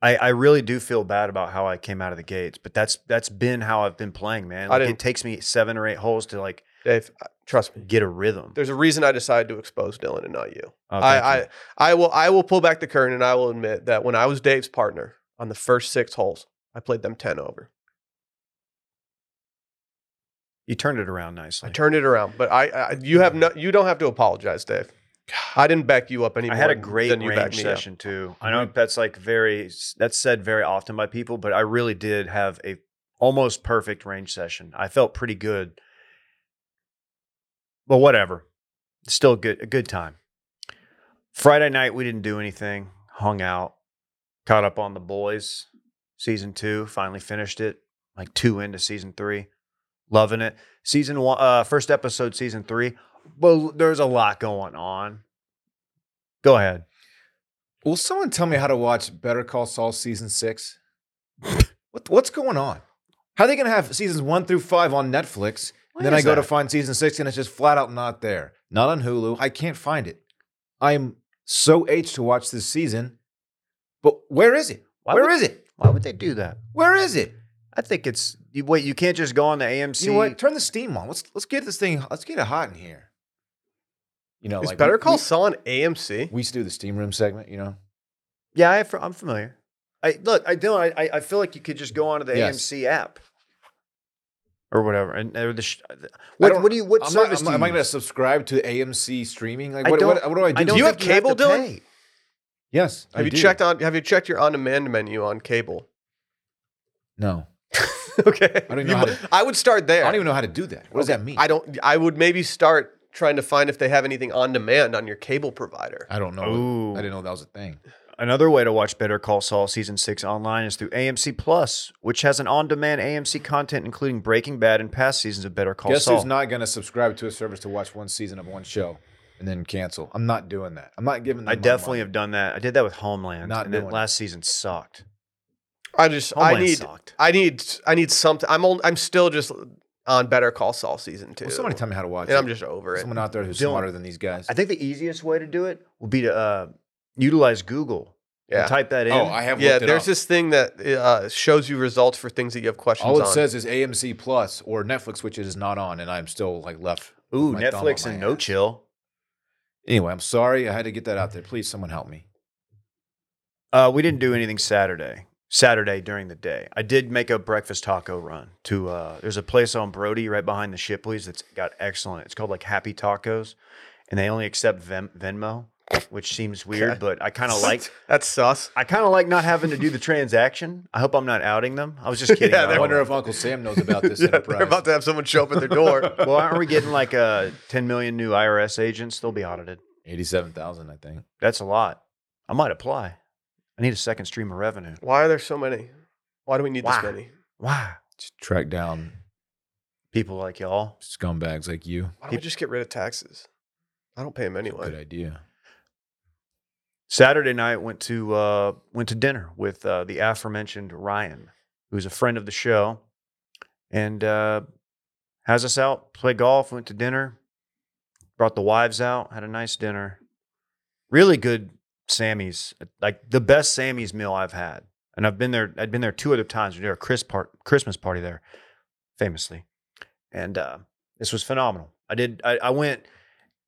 Speaker 2: I, I really do feel bad about how I came out of the gates, but that's that's been how I've been playing, man.
Speaker 1: I
Speaker 2: Like,
Speaker 1: didn't-
Speaker 2: it takes me seven or eight holes to like
Speaker 1: Dave, I- trust me.
Speaker 2: get a rhythm.
Speaker 1: There's a reason I decided to expose Dylan and not you.
Speaker 2: Oh, thank
Speaker 1: I,
Speaker 2: you.
Speaker 1: I I will I will pull back the curtain and I will admit that when I was Dave's partner on the first six holes, I played them ten over.
Speaker 2: You turned it around
Speaker 1: I
Speaker 2: nicely.
Speaker 1: turned it around, but I, I you have no, you don't have to apologize, Dave. I didn't back you up anymore.
Speaker 2: I had a great
Speaker 1: than you backed
Speaker 2: range
Speaker 1: me up.
Speaker 2: session too. I know that's like very that's said very often by people, but I really did have a almost perfect range session. I felt pretty good. But whatever. Still good a good time. Friday night we didn't do anything, hung out, caught up on the boys season 2, finally finished it, like 2 into season 3. Loving it. Season 1 uh first episode season 3. Well, there's a lot going on. Go ahead.
Speaker 3: Will someone tell me how to watch Better Call Saul season six? what, what's going on? How are they going to have seasons one through five on Netflix?
Speaker 2: Why
Speaker 3: and then I
Speaker 2: is
Speaker 3: go to
Speaker 2: that?
Speaker 3: find season six and it's just flat out not there. Not on Hulu. I can't find it. I'm so aged to watch this season, but where is it?
Speaker 2: Why
Speaker 3: Where
Speaker 2: would-
Speaker 3: is it?
Speaker 2: Why would they do that?
Speaker 3: Where is it?
Speaker 2: I think it's you, wait. You can't just go on the AMC.
Speaker 3: You know what? Turn the steam on. Let's let's get this thing. Let's get it hot in here. You know,
Speaker 1: Is
Speaker 3: like
Speaker 1: Better
Speaker 3: we-
Speaker 1: Call
Speaker 3: we-
Speaker 1: Saul on AMC?
Speaker 3: We used to do the steam room segment. You know,
Speaker 2: Yeah, I, fr- I'm familiar. I look. I don't. I- I, I feel like you could just go onto the
Speaker 3: Yes.
Speaker 2: AMC app or whatever. And or the sh-
Speaker 3: don't-
Speaker 2: what, what do you? What
Speaker 3: I'm not,
Speaker 2: service
Speaker 3: I'm, not- am
Speaker 2: do
Speaker 3: I
Speaker 2: you?
Speaker 3: going to subscribe to AMC streaming? Like,
Speaker 2: I
Speaker 3: what, what,
Speaker 2: don't-
Speaker 3: what do I do?
Speaker 2: I don't
Speaker 1: Do you have
Speaker 2: think you have
Speaker 1: cable,
Speaker 2: to
Speaker 1: Dylan?
Speaker 2: pay.
Speaker 3: Yes. I
Speaker 1: Have you
Speaker 3: do.
Speaker 1: checked on? Have you checked your on-demand menu on cable?
Speaker 3: No.
Speaker 1: okay,
Speaker 3: I don't even
Speaker 1: You
Speaker 3: know how
Speaker 1: mu-
Speaker 3: to-
Speaker 1: I would start there.
Speaker 3: I don't even know how to do that. What does that mean?
Speaker 1: I don't. I would maybe start trying to find if they have anything on demand on your cable provider.
Speaker 3: I don't know.
Speaker 2: Ooh.
Speaker 3: I didn't know that was a thing.
Speaker 2: Another way to watch Better Call Saul season six online is through AMC Plus, which has an on-demand AMC content including Breaking Bad and past seasons of Better Call
Speaker 3: Guess
Speaker 2: Saul.
Speaker 3: who's not going to subscribe to a service to watch one season of one show and then cancel? I'm not doing that. I'm not giving. Them
Speaker 2: I
Speaker 3: my
Speaker 2: definitely
Speaker 3: money.
Speaker 2: have done that. I did that with Homeland,
Speaker 3: Not
Speaker 2: and then
Speaker 3: doing it.
Speaker 2: last season sucked.
Speaker 1: I just.
Speaker 3: Oh,
Speaker 2: Homeland
Speaker 1: I need.
Speaker 2: sucked.
Speaker 1: I need. I need something. I'm. Only, I'm still just on Better Call Saul season two.
Speaker 3: Will somebody tell me how to watch
Speaker 1: and
Speaker 3: it.
Speaker 1: I'm just over it.
Speaker 3: Someone out there who's
Speaker 2: Dylan-
Speaker 3: smarter than these guys.
Speaker 2: I think the easiest way to do it will be to uh, utilize Google.
Speaker 1: Yeah.
Speaker 2: And type that in.
Speaker 3: oh, I have.
Speaker 1: Yeah,
Speaker 3: looked it
Speaker 1: there's
Speaker 3: up.
Speaker 1: this thing that uh, shows you results for things that you have questions
Speaker 3: All
Speaker 1: on.
Speaker 3: it says is AMC Plus or Netflix, which it is not on, and I'm still like left. with
Speaker 2: Ooh,
Speaker 3: my thumb on
Speaker 2: Netflix
Speaker 3: my
Speaker 2: and No
Speaker 3: ass.
Speaker 2: Chill.
Speaker 3: Anyway, I'm sorry. I had to get that out there. Please, someone help me.
Speaker 2: Uh, we didn't do anything Saturday. Saturday during the day, I did make a breakfast taco run to. Uh, there's a place on Brody right behind the Shipley's that's got excellent. It's called like Happy Tacos, and they only accept Ven- Venmo, which seems weird,
Speaker 1: Okay.
Speaker 2: but I kind of like.
Speaker 1: That's sus.
Speaker 2: I kind of like not having to do the transaction. I hope I'm not outing them. I was just kidding.
Speaker 1: Yeah,
Speaker 2: about
Speaker 1: they're-
Speaker 3: I
Speaker 2: all
Speaker 3: wonder
Speaker 2: that.
Speaker 3: if Uncle Sam knows about this
Speaker 1: Yeah,
Speaker 3: enterprise.
Speaker 1: they're about to have someone show up at their door.
Speaker 2: well, aren't we getting like uh, 10 million new IRS agents? They'll be audited.
Speaker 3: Eighty-seven thousand, I think.
Speaker 2: That's a lot. I might apply. I need a second stream of revenue.
Speaker 1: Why are there so many? Why do we need
Speaker 2: Why?
Speaker 1: this many?
Speaker 2: Wow.
Speaker 3: Just track down
Speaker 2: People like y'all.
Speaker 3: scumbags like you.
Speaker 1: Why don't we just get rid of taxes? I don't pay them
Speaker 3: Good
Speaker 1: anyway.
Speaker 3: idea.
Speaker 2: Saturday night went to uh, went to dinner with uh, the aforementioned Ryan, who's a friend of the show, and uh, has us out play golf. Went to dinner, brought the wives out, had a nice dinner. Really good Sammy's, like the best Sammy's meal I've had, and I've been there. I'd been there two other times. We did a Chris part, Christmas party there, famously, and uh, this was phenomenal. I did. I, I went.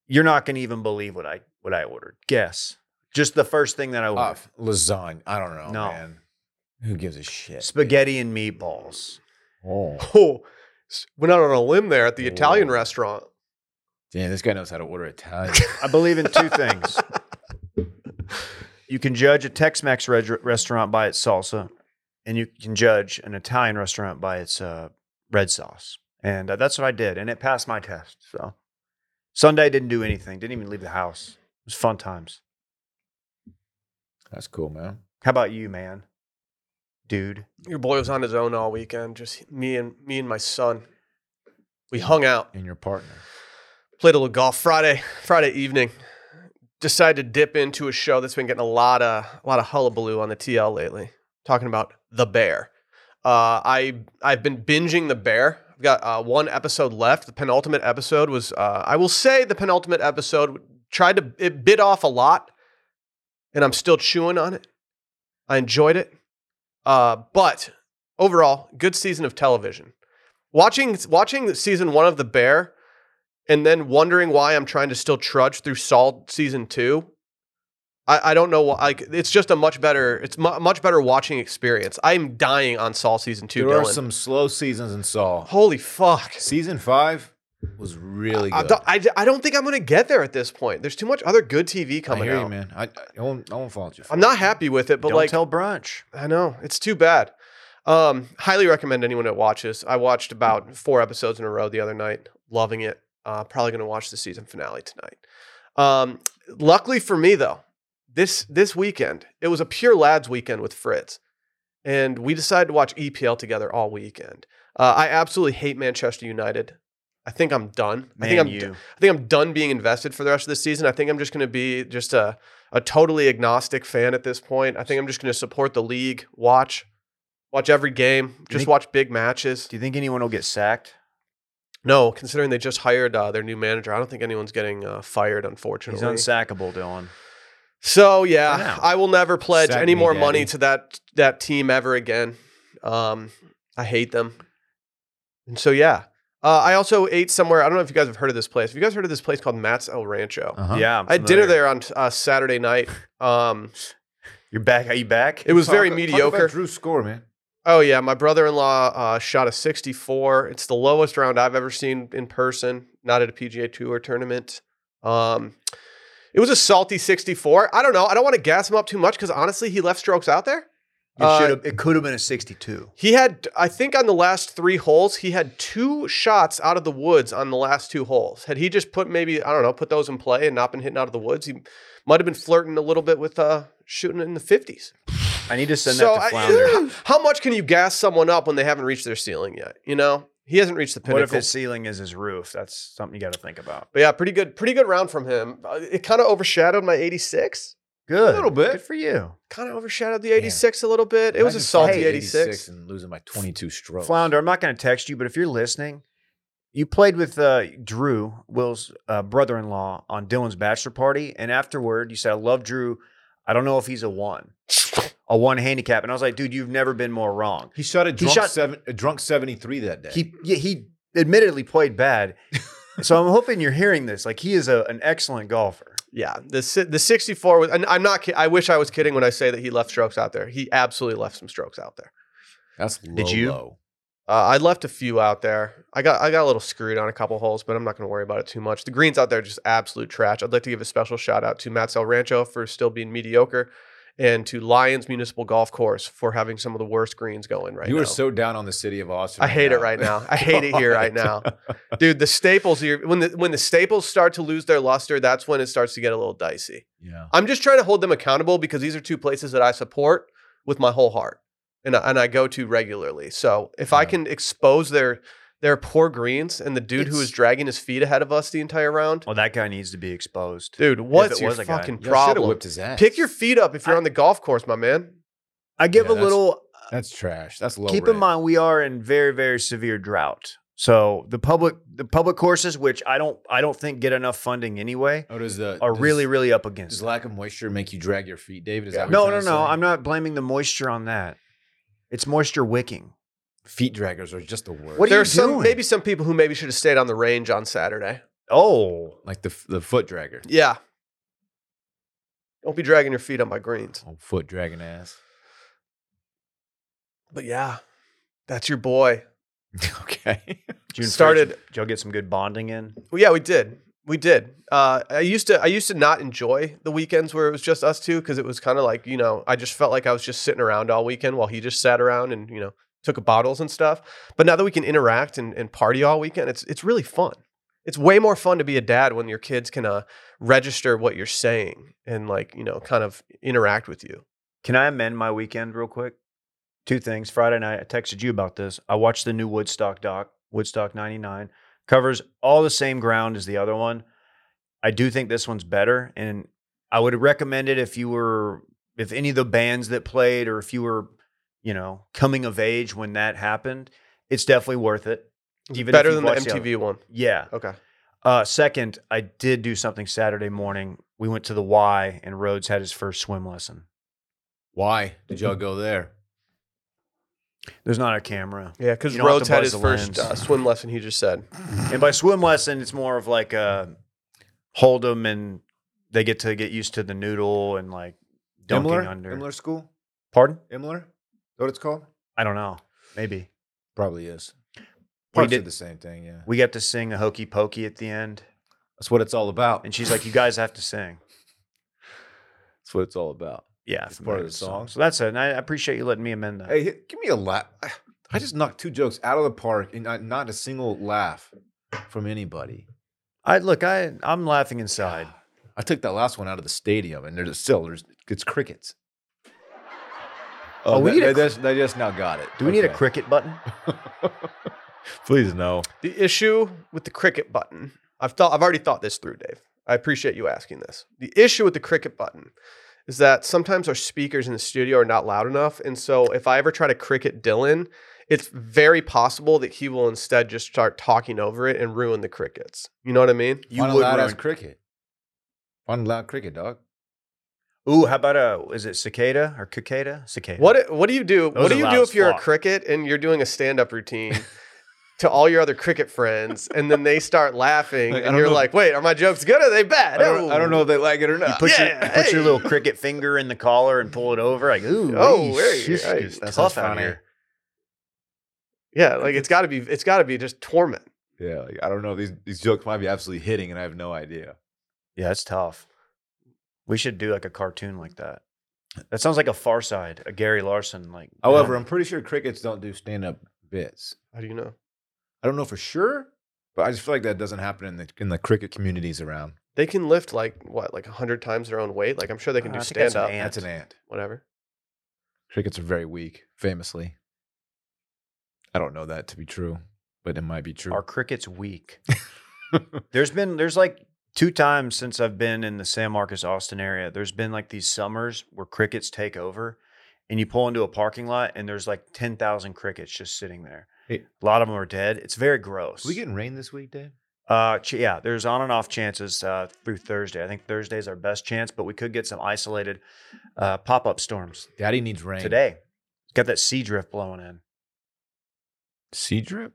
Speaker 2: You're not going to even believe what I what I ordered. Guess just the first thing that I
Speaker 3: Uh,
Speaker 2: ordered:
Speaker 3: lasagna. I don't know,
Speaker 2: No.
Speaker 3: man. Who gives a shit?
Speaker 2: spaghetti and meatballs.
Speaker 3: Oh,
Speaker 1: Oh, s- went out on a limb there at the Italian
Speaker 3: Whoa.
Speaker 1: restaurant.
Speaker 3: damn! This guy knows how to order Italian.
Speaker 2: I believe in two things. You can judge a Tex-Mex reg- restaurant by its salsa, and you can judge an Italian restaurant by its uh, red sauce. And uh, that's what I did, and it passed my test. So Sunday didn't do anything. Didn't even leave the house. It was fun times.
Speaker 3: That's cool, man.
Speaker 2: How about you, man? Dude,
Speaker 1: Your boy was on his own all weekend. Just me and me and my son. We hung out,
Speaker 3: And your partner.
Speaker 1: played a little golf Friday Friday evening. Decided to dip into a show that's been getting a lot of a lot of hullabaloo on the TL lately. Talking about The Bear. Uh, I I've been binging The Bear. I've got uh, one episode left. The penultimate episode was uh, I will say the penultimate episode tried to it bit off a lot, and I'm still chewing on it. I enjoyed it, uh, but overall, good season of television. Watching watching season one of The Bear, and then wondering why I'm trying to still trudge through Saul season two I, I don't know why. Like, it's just a much better, it's mu- much better watching experience. I'm dying on Saul season two.
Speaker 3: There are
Speaker 1: Dylan.
Speaker 3: some slow seasons in Saul.
Speaker 1: Holy fuck!
Speaker 3: Season five was really
Speaker 1: I,
Speaker 3: good.
Speaker 1: don't- I, I don't think I'm gonna get there at this point. There's too much other good TV
Speaker 3: I
Speaker 1: coming
Speaker 3: hear
Speaker 1: out.
Speaker 3: you, man. I, I won't. I won't fault you.
Speaker 1: I'm not happy with it, but
Speaker 2: Don't
Speaker 1: like
Speaker 2: tell brunch.
Speaker 1: I know it's too bad. Um, highly recommend anyone that watches. I watched about four episodes in a row the other night, loving it. Uh, probably going to watch the season finale tonight. Um, luckily for me though, this this weekend it was a pure lads weekend with Fritz, and we decided to watch EPL together all weekend. Uh, I absolutely hate Manchester United. I think I'm done. I think
Speaker 2: Man,
Speaker 1: I'm
Speaker 2: you.
Speaker 1: I think I'm done being invested for the rest of the season. I think I'm just going to be just a, a totally agnostic fan at this point. I think I'm just going to support the league, watch, watch every game, just
Speaker 2: think-
Speaker 1: watch big matches.
Speaker 2: Do you think anyone will get sacked?
Speaker 1: No, considering they just hired uh, their new manager, I don't think anyone's getting uh, fired, unfortunately.
Speaker 2: He's unsackable, Dylan.
Speaker 1: So
Speaker 2: For
Speaker 1: yeah,
Speaker 2: now.
Speaker 1: I will never pledge
Speaker 3: Sack
Speaker 1: any
Speaker 3: me,
Speaker 1: more
Speaker 3: Daddy.
Speaker 1: money to that that team ever again. Um, I hate them. And so yeah, uh, I also ate somewhere. I don't know if you guys have heard of this place. Have you guys heard of this place called Matt's El Rancho?
Speaker 3: Uh-huh.
Speaker 2: Yeah, I'm
Speaker 1: I had dinner
Speaker 2: familiar.
Speaker 1: there on uh, Saturday night. Um,
Speaker 2: You're back. Are you back?
Speaker 1: it was very
Speaker 3: Talk- talk about
Speaker 1: mediocre.
Speaker 3: Drew's score, man.
Speaker 1: Oh yeah, my brother-in-law uh, shot a 64. It's the lowest round I've ever seen in person, not at a PGA Tour tournament. Um, it was a salty 64. I don't know. I don't want to gas him up too much because honestly, he left strokes out there.
Speaker 2: It,
Speaker 1: Uh,
Speaker 2: should've- it could have been a 62.
Speaker 1: He had, I think, on the last three holes, he had two shots out of the woods on the last two holes. Had he just put maybe, I don't know, put those in play and not been hitting out of the woods, he might have been flirting a little bit with uh, shooting in the 50s.
Speaker 2: I need to send
Speaker 1: so
Speaker 2: that to
Speaker 1: I-
Speaker 2: Flounder.
Speaker 1: how- how much can you gas someone up when they haven't reached their ceiling yet? You know, he hasn't reached the
Speaker 2: what
Speaker 1: pinnacle.
Speaker 2: if his ceiling is his roof? That's something you got to think about.
Speaker 1: but yeah, pretty good, pretty good round from him. Uh, It kind of overshadowed my 86.
Speaker 2: Good.
Speaker 3: little bit.
Speaker 2: Good for you.
Speaker 1: Kind of overshadowed the 86 a little bit. It was a
Speaker 3: Imagine
Speaker 1: salty
Speaker 3: playing
Speaker 1: 86.
Speaker 3: and losing by 22 strokes.
Speaker 2: Flounder, I'm not going to text you, but if you're listening, you played with uh, Drew, Will's uh, brother in law, on Dylan's bachelor party. And afterward, you said, I love Drew. I don't know if he's a one, a one handicap. And I was like, dude, you've never been more wrong.
Speaker 3: He shot a drunk,
Speaker 2: shot-
Speaker 3: seven, a drunk 73 that day.
Speaker 2: He yeah, he admittedly played bad. so I'm hoping you're hearing this. Like, he is a, an excellent golfer.
Speaker 1: Yeah, the si- the 64 was, and I'm not. ki- I wish I was kidding when I say that he left strokes out there. He absolutely left some strokes out there.
Speaker 3: That's low,
Speaker 2: Did you?
Speaker 3: low.
Speaker 1: Uh, I left a few out there. I got I got a little screwed on a couple holes, but I'm not going to worry about it too much. The greens out there are just absolute trash. I'd like to give a special shout out to Matt Sal Rancho for still being mediocre, and to Lions Municipal Golf Course for having some of the worst greens going right
Speaker 3: you
Speaker 1: now.
Speaker 3: are so down on the city of Austin.
Speaker 1: I hate it right now. I hate it here right now, dude. The Staples here when the when the Staples start to lose their luster, that's when it starts to get a little dicey.
Speaker 3: Yeah.
Speaker 1: I'm just trying to hold them accountable because these are two places that I support with my whole heart and I, and I go to regularly. So if I
Speaker 3: Yeah.
Speaker 1: can expose their their poor greens and the dude who
Speaker 2: It's-
Speaker 1: is dragging his feet ahead of us the entire round,
Speaker 2: Well, that guy needs to be exposed.
Speaker 1: dude, what's
Speaker 2: it
Speaker 1: your
Speaker 2: was a guy,
Speaker 1: fucking
Speaker 3: Y'all shoulda
Speaker 1: problem?
Speaker 3: whipped his ass.
Speaker 1: Pick your feet up if you're on the golf course, my man.
Speaker 2: I give
Speaker 3: Yeah,
Speaker 2: a
Speaker 3: that's-
Speaker 2: little
Speaker 3: That's trash. That's low.
Speaker 2: keep in
Speaker 3: rent.
Speaker 2: mind we are in very very severe drought so the public the public courses which i don't i don't think get enough funding anyway
Speaker 3: Oh, does the
Speaker 2: are
Speaker 3: does-
Speaker 2: really really up
Speaker 3: does
Speaker 2: against it.
Speaker 3: lack of moisture make you drag your feet, David? Is that what
Speaker 2: no no
Speaker 3: you're trying to
Speaker 2: no
Speaker 3: say?
Speaker 2: i'm not blaming the moisture on that it's moisture wicking
Speaker 3: Feet draggers are just the worst.
Speaker 2: What do you-
Speaker 1: There's some
Speaker 2: doing?
Speaker 1: maybe some people who maybe should have stayed on the range on Saturday.
Speaker 2: oh
Speaker 3: like the the foot dragger?
Speaker 1: Yeah. Don't be dragging your feet on my greens.
Speaker 3: Oh, foot dragging ass.
Speaker 1: But yeah, that's your boy.
Speaker 3: okay.
Speaker 2: june
Speaker 1: Started-
Speaker 2: 1st, did y'all get some good bonding in
Speaker 1: Well, yeah, we did. We did. Uh, I used to. I used to not enjoy the weekends where it was just us two because it was kind of like you know I just felt like I was just sitting around all weekend while he just sat around and you know took bottles and stuff. But now that we can interact and, and party all weekend, it's it's really fun. It's way more fun to be a dad when your kids can uh, register what you're saying and like you know kind of interact with you.
Speaker 2: can i amend my weekend real quick two things friday night i texted you about this i watched the new woodstock doc woodstock 99 covers all the same ground as the other one I do think this one's better, and I would recommend it if you were if any of the bands that played or if you were you know coming of age when that happened. It's definitely worth it.
Speaker 1: It's
Speaker 2: Even if
Speaker 1: better
Speaker 2: you've
Speaker 1: than the
Speaker 2: watched the
Speaker 1: MTV one.
Speaker 2: Yeah.
Speaker 1: Okay.
Speaker 2: Uh, second, I did do something Saturday morning. We went to the Y, and Rhodes had his first swim lesson.
Speaker 3: Why did y'all go there?
Speaker 2: There's not a camera,
Speaker 1: Yeah, because
Speaker 2: You don't have
Speaker 1: Rhodes
Speaker 2: to
Speaker 1: had
Speaker 2: buzz
Speaker 1: his
Speaker 2: the
Speaker 1: first
Speaker 2: lens.
Speaker 1: uh, swim lesson. He just said.
Speaker 2: and by swim lesson, it's more of like a hold uh, 'em and They get to get used to the noodle and like dunking
Speaker 3: Imler?
Speaker 2: under.
Speaker 3: Imler School?
Speaker 2: Pardon?
Speaker 3: Imler? Is that what it's called?
Speaker 2: I don't know. Maybe
Speaker 3: Probably is.
Speaker 2: We
Speaker 3: Parts
Speaker 2: did-
Speaker 3: of the same thing, yeah.
Speaker 2: we got to sing a hokey pokey at the end,
Speaker 3: That's what it's all about.
Speaker 2: and she's like, "You guys have to sing."
Speaker 3: That's what it's all about.
Speaker 2: Yeah,
Speaker 3: It's
Speaker 2: from
Speaker 3: part of
Speaker 2: there,
Speaker 3: the
Speaker 2: so-
Speaker 3: song.
Speaker 2: So that's it. And I I appreciate you letting me amend that.
Speaker 3: Hey, hit- give me a laugh. I just knocked two jokes out of the park and not, not a single laugh from anybody.
Speaker 2: I look, I I'm laughing inside.
Speaker 3: I took that last one out of the stadium and there's still there's it's crickets.
Speaker 2: Oh, we
Speaker 3: they-
Speaker 2: need a
Speaker 3: they
Speaker 2: cr-
Speaker 3: just- they just now got it.
Speaker 2: Do we need a
Speaker 3: Okay.
Speaker 2: cricket button?
Speaker 3: Please no.
Speaker 1: The issue with the cricket button, I've thought I've already thought this through, Dave. I appreciate you asking this. The issue with the cricket button is that sometimes our speakers in the studio are not loud enough. And so if I ever try to cricket Dylan, it's very possible that he will instead just start talking over it and ruin the crickets. You know what I mean?
Speaker 3: You Find a loud ass cricket. Find a loud cricket, dog.
Speaker 2: Ooh, how about a is it cicada or cicada? Cicada.
Speaker 1: What what do you do?
Speaker 2: Those
Speaker 1: what do
Speaker 2: are
Speaker 1: you
Speaker 2: loud
Speaker 1: do
Speaker 2: as
Speaker 1: if you're
Speaker 2: fuck.
Speaker 1: a cricket and you're doing a stand-up routine to all your other cricket friends and then they start laughing
Speaker 3: Like, I
Speaker 1: and
Speaker 3: don't
Speaker 1: you're
Speaker 3: know.
Speaker 1: like, "Wait, are my jokes good? Are they bad?"
Speaker 3: I don't, I don't know if they like it or
Speaker 2: You
Speaker 3: not.
Speaker 2: put your
Speaker 1: Yeah,
Speaker 2: you put your
Speaker 1: hey.
Speaker 2: little cricket finger in the collar and pull it over. Like, ooh,
Speaker 1: Oh,
Speaker 2: wee,
Speaker 1: where you-
Speaker 2: shish,
Speaker 1: hey,
Speaker 2: it's
Speaker 3: that sounds
Speaker 2: tough out
Speaker 3: funny.
Speaker 2: here.
Speaker 1: Yeah, like it's got to be it's got to be just torment.
Speaker 3: Yeah, like, I don't know. These these jokes might be absolutely hitting, and I have no idea.
Speaker 2: Yeah, it's tough. We should do like a cartoon like that. That sounds like a Far Side, a Gary Larson like.
Speaker 3: However,
Speaker 2: um,
Speaker 3: I'm pretty sure crickets don't do stand up bits.
Speaker 1: How do you know?
Speaker 3: I don't know for sure, but I just feel like that doesn't happen in the in the cricket communities around.
Speaker 1: They can lift like what, like 100 times their own weight? Like I'm sure they can
Speaker 2: Uh,
Speaker 1: do
Speaker 2: I think that's
Speaker 1: stand up,
Speaker 2: an
Speaker 3: That's
Speaker 2: Ant.
Speaker 3: an ant.
Speaker 1: whatever.
Speaker 3: Crickets are very weak, famously. I don't know that to be true, but it might be true.
Speaker 2: are crickets weak? there's been there's like two times since I've been in the San Marcos Austin area. There's been like these summers where crickets take over, and you pull into a parking lot and there's like ten thousand crickets just sitting there.
Speaker 3: Hey.
Speaker 2: A lot of them are dead. It's very gross.
Speaker 3: Are we getting rain this week, Dave?
Speaker 2: Uh, ch- yeah, there's on and off chances uh, through Thursday. I think Thursday's our best chance, but we could get some isolated uh, pop up storms
Speaker 3: Daddy needs rain
Speaker 2: today. Got that sea drift blowing in.
Speaker 3: Sea drip.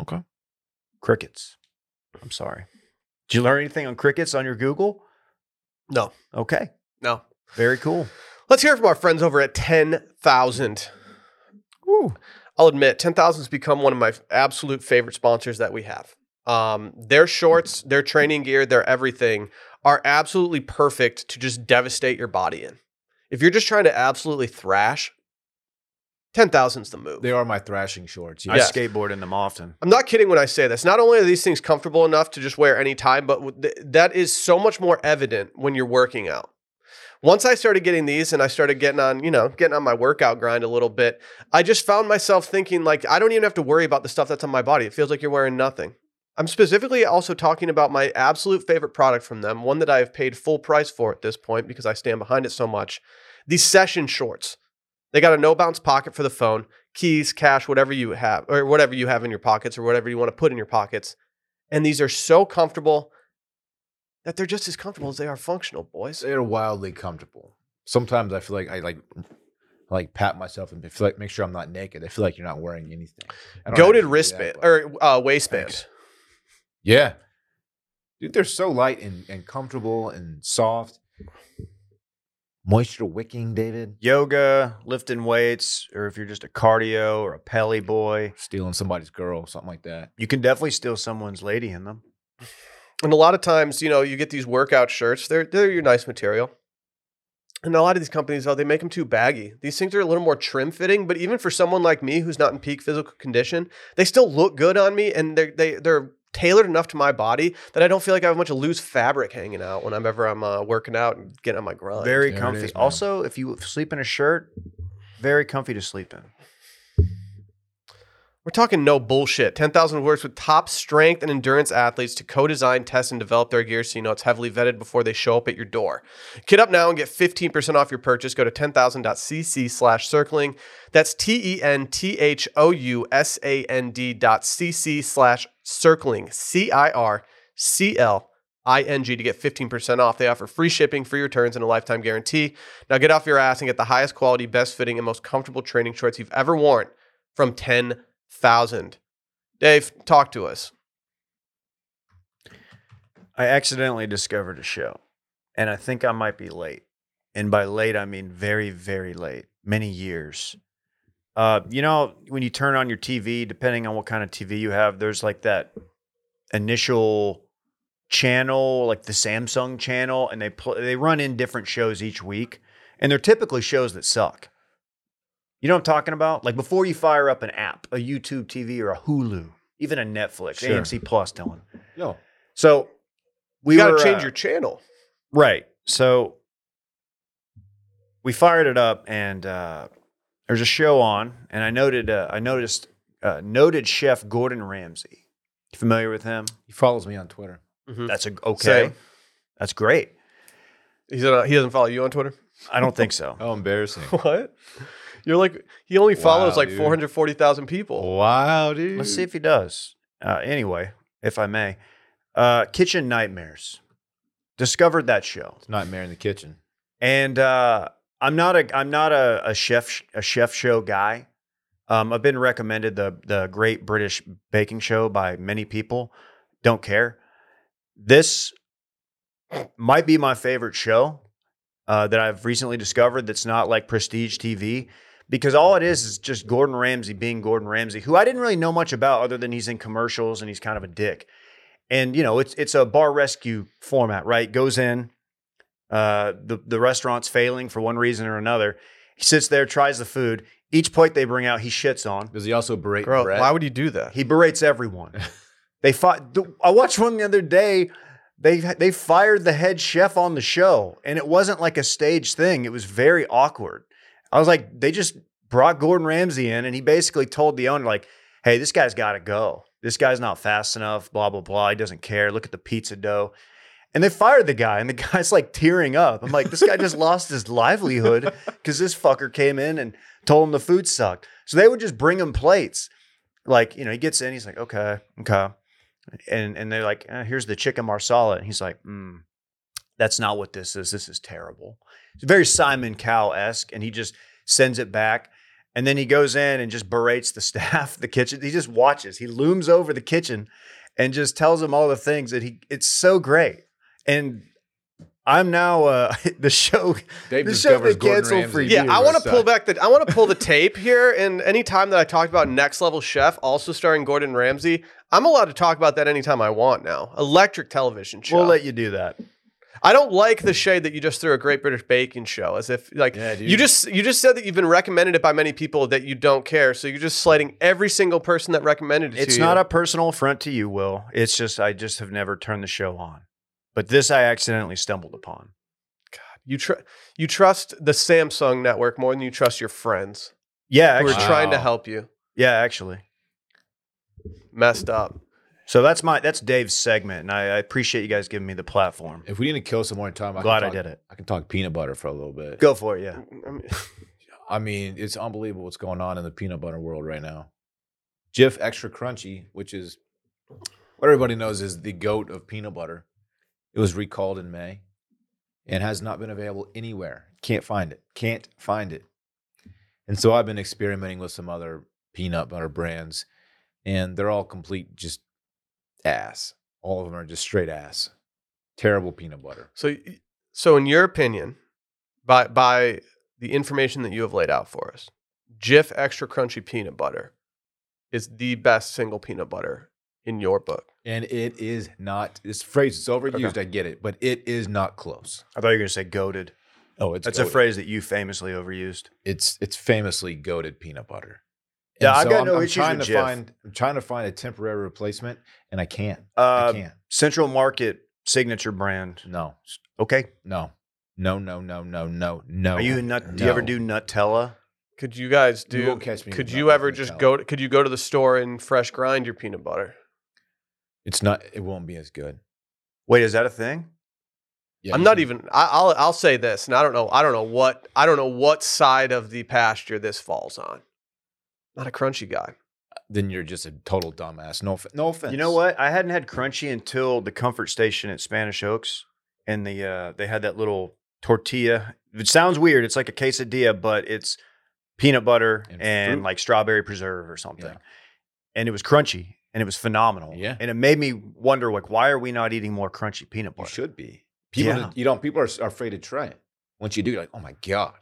Speaker 3: Okay.
Speaker 2: Crickets. I'm sorry. Did you learn anything on crickets on your Google?
Speaker 1: No.
Speaker 2: Okay.
Speaker 1: No.
Speaker 2: Very cool.
Speaker 1: Let's hear from our friends over at 10,000. I'll admit, 10,000 has become one of my absolute favorite sponsors that we have. Um, their shorts, their training gear, their everything are absolutely perfect to just devastate your body in. If you're just trying to absolutely thrash, 10,000 is the move.
Speaker 3: They are my thrashing shorts.
Speaker 2: I
Speaker 1: Yeah.
Speaker 2: skateboard in them often.
Speaker 1: I'm not kidding when I say this. Not only are these things comfortable enough to just wear any time, but w- th- that is so much more evident when you're working out. Once I started getting these and I started getting on, you know, getting on my workout grind a little bit, I just found myself thinking like I don't even have to worry about the stuff that's on my body. It feels like you're wearing nothing. I'm specifically also talking about my absolute favorite product from them, one that I have paid full price for at this point because I stand behind it so much. These session shorts. They got a no bounce pocket for the phone keys, cash, whatever you have, or whatever you have in your pockets, or whatever you want to put in your pockets. And these are so comfortable that they're just as comfortable as they are functional, boys.
Speaker 3: They're wildly comfortable. Sometimes I feel like I like like pat myself and feel like make sure I'm not naked. I feel like you're not wearing anything. I don't
Speaker 1: Goaded
Speaker 3: actually do that,
Speaker 1: wristband
Speaker 3: but-
Speaker 1: or uh, waistband.
Speaker 3: Thanks. yeah, dude, they're so light and, and comfortable and soft. Moisture wicking, David.
Speaker 2: Yoga, lifting weights, or if you're just a cardio or a pelly boy,
Speaker 3: Stealing somebody's girl, something like that.
Speaker 2: you can definitely steal someone's lady in them.
Speaker 1: And a lot of times, you know, you get these workout shirts. They're they're your nice material. And a lot of these companies, though, they make them too baggy. These things are a little more trim fitting, but even for someone like me who's not in peak physical condition, they still look good on me, and they're they, they're tailored enough to my body that I don't feel like I have a bunch of loose fabric hanging out when I'm ever I'm uh, working out and getting on my grind.
Speaker 2: Very
Speaker 3: There it
Speaker 2: comfy.
Speaker 3: is, man.
Speaker 2: also, if you sleep in a shirt, very comfy to sleep in.
Speaker 1: We're talking no bullshit. 10,000 works with top strength and endurance athletes to co design, test, and develop their gear so you know it's heavily vetted before they show up at your door. Get up now and get 15% off your purchase. Go to 10,000.cc slash circling. That's T E N T H O U S A N D dot cc slash circling. C I R C L I N G to get 15% off. They offer free shipping, free returns, and a lifetime guarantee. Now get off your ass and get the highest quality, best fitting, and most comfortable training shorts you've ever worn from 10 thousand. Dave, talk to us.
Speaker 2: I accidentally discovered a show, and I think I might be late. And by late, I mean very, very late, many years. Uh, you know, when you turn on your TV, depending on what kind of TV you have, there's like that initial channel, like the Samsung channel, and they pl- they run in different shows each week, and they're typically shows that suck. You know what I'm talking about? Like before you fire up an app, a YouTube TV or a Hulu, even a Netflix,
Speaker 3: Sure.
Speaker 2: AMC Plus, Dylan.
Speaker 3: No.
Speaker 2: So we
Speaker 1: you got
Speaker 2: were,
Speaker 1: to change
Speaker 2: uh,
Speaker 1: your channel.
Speaker 2: Right. So we fired it up, and uh, there's a show on, and I noted uh, I noticed uh, noted chef Gordon Ramsay. You familiar with him?
Speaker 3: He follows me on Twitter.
Speaker 2: That's a, okay.
Speaker 1: Mm-hmm. Same.
Speaker 2: That's great.
Speaker 1: He's not, he doesn't follow you on Twitter.
Speaker 2: I don't think
Speaker 1: Oh,
Speaker 2: so.
Speaker 3: How embarrassing.
Speaker 1: What? You're like he only follows
Speaker 3: Wow,
Speaker 1: like
Speaker 3: dude.
Speaker 1: 440,000 people.
Speaker 3: wow, dude.
Speaker 2: Let's see if he does. Uh, anyway, if I may, uh, Kitchen Nightmares discovered that show.
Speaker 3: It's nightmare in the kitchen.
Speaker 2: and uh, I'm not a I'm not a, a chef a chef show guy. Um, I've been recommended the the Great British Baking Show by many people. Don't care. This might be my favorite show uh, that I've recently discovered. That's not like prestige TV because all it is is just Gordon Ramsay being Gordon Ramsay, who I didn't really know much about other than he's in commercials and he's kind of a dick. And you know, it's it's a bar rescue format, right? Goes in, uh, the the restaurant's failing for one reason or another. He sits there, tries the food. Each plate they bring out, he shits on.
Speaker 3: Does he also berate
Speaker 1: Bro,
Speaker 3: Brett?
Speaker 1: why would you do that?
Speaker 2: He berates everyone. they fought. I watched one the other day. They they fired the head chef on the show, and it wasn't like a stage thing. It was very awkward. I was like, they just brought Gordon Ramsay in, and he basically told the owner, like, "Hey, this guy's got to go. This guy's not fast enough. Blah blah blah. He doesn't care. Look at the pizza dough." And they fired the guy, and the guy's like tearing up. I'm like, this guy just lost his livelihood because this fucker came in and told him the food sucked. So they would just bring him plates. Like, you know, he gets in, he's like, okay, okay. And and they're like, eh, here's the chicken marsala. And he's like, mm, that's not what this is. This is terrible. It's very Simon Cowell esque. And he just sends it back. And then he goes in and just berates the staff, the kitchen. He just watches. He looms over the kitchen and just tells them all the things that he, it's so great. And I'm now, uh, the show,
Speaker 3: Dave
Speaker 2: The show
Speaker 3: discovers
Speaker 2: they
Speaker 3: Gordon
Speaker 2: canceled
Speaker 3: Ramsay.
Speaker 2: for
Speaker 1: Yeah,
Speaker 2: you,
Speaker 1: I want to pull
Speaker 3: Westside.
Speaker 1: back the I want to pull the tape here. And anytime that I talked about Next Level Chef, also starring Gordon Ramsay, I'm allowed to talk about that anytime I want now. Electric television show.
Speaker 2: we'll let you do that.
Speaker 1: I don't like the shade that you just threw a Great British Baking Show as if like
Speaker 3: Yeah, dude.
Speaker 1: you just you just said that you've been recommended it by many people that you don't care. So you're just slighting every single person that recommended it.
Speaker 2: It's
Speaker 1: to
Speaker 2: not
Speaker 1: you.
Speaker 2: a personal affront to you, Will. It's just I just have never turned the show on. But this I accidentally stumbled upon.
Speaker 1: you tr- you trust the Samsung network more than you trust your friends
Speaker 2: Yeah,
Speaker 1: who are
Speaker 2: actually,
Speaker 3: Wow.
Speaker 1: trying to help you.
Speaker 2: yeah, actually.
Speaker 1: Messed up.
Speaker 2: So that's my that's Dave's segment, and I, I appreciate you guys giving me the platform.
Speaker 3: If we need to kill some more time, I
Speaker 2: Glad
Speaker 3: can
Speaker 2: I
Speaker 3: talk,
Speaker 2: did it.
Speaker 3: I can talk peanut butter for a little bit.
Speaker 2: Go for it. Yeah,
Speaker 1: I mean,
Speaker 3: I mean, it's unbelievable what's going on in the peanut butter world right now. Jif Extra Crunchy, which is what everybody knows is the goat of peanut butter, it was recalled in May and has not been available anywhere. Can't find it. Can't find it. And so I've been experimenting with some other peanut butter brands, and they're all complete just ass. All of them are just straight ass. Terrible peanut butter.
Speaker 1: so so in your opinion, by by the information that you have laid out for us, Jif extra crunchy peanut butter is the best single peanut butter in your book.
Speaker 3: And it is not, this phrase is overused, I get it, but it is not close.
Speaker 2: I thought you were gonna say goaded.
Speaker 3: Oh, it's
Speaker 2: That's a
Speaker 3: goated.
Speaker 2: phrase that you famously overused.
Speaker 3: It's it's famously goaded peanut butter.
Speaker 2: Yeah,
Speaker 3: And
Speaker 2: I've got
Speaker 3: I'm,
Speaker 2: no
Speaker 3: I'm
Speaker 2: issues
Speaker 3: trying
Speaker 2: with
Speaker 3: to
Speaker 2: Jif.
Speaker 3: find I'm trying to find a temporary replacement, and I can't. I
Speaker 2: Uh,
Speaker 3: can't.
Speaker 2: Central Market signature brand.
Speaker 3: No,
Speaker 2: Okay.
Speaker 3: no, no, no, no, no, no, no.
Speaker 2: Are you a nut? Do you ever
Speaker 3: no.
Speaker 2: do Nutella?
Speaker 1: Could you guys
Speaker 3: You
Speaker 1: do
Speaker 3: won't catch me
Speaker 1: could
Speaker 3: with
Speaker 1: you
Speaker 3: nothing
Speaker 1: ever
Speaker 3: with
Speaker 1: just
Speaker 3: Nutella.
Speaker 1: go to, could you go to the store and fresh grind your peanut butter?
Speaker 3: It's not. It won't be as good.
Speaker 2: Wait, is that a thing?
Speaker 3: Yeah,
Speaker 1: I'm
Speaker 3: you
Speaker 1: not
Speaker 3: can-
Speaker 1: even. I, I'll I'll say this, and I don't know. I don't know what I don't know what side of the pasture this falls on. Not a crunchy guy.
Speaker 3: Then you're just a total dumbass. No, off- no offense.
Speaker 2: You know what? I hadn't had crunchy until the comfort station at Spanish Oaks, and the uh, they had that little tortilla. It sounds weird. It's like a quesadilla, but it's peanut butter
Speaker 3: And
Speaker 2: and,
Speaker 3: fruit.
Speaker 2: like strawberry preserve or something.
Speaker 3: Yeah.
Speaker 2: And it was crunchy, and it was phenomenal.
Speaker 3: Yeah.
Speaker 2: and it made me wonder like why are we not eating more crunchy peanut
Speaker 3: You
Speaker 2: butter?
Speaker 3: should be. People,
Speaker 2: Yeah.
Speaker 3: you don't. People are, are afraid to try it. Once you do, you're like, oh my god,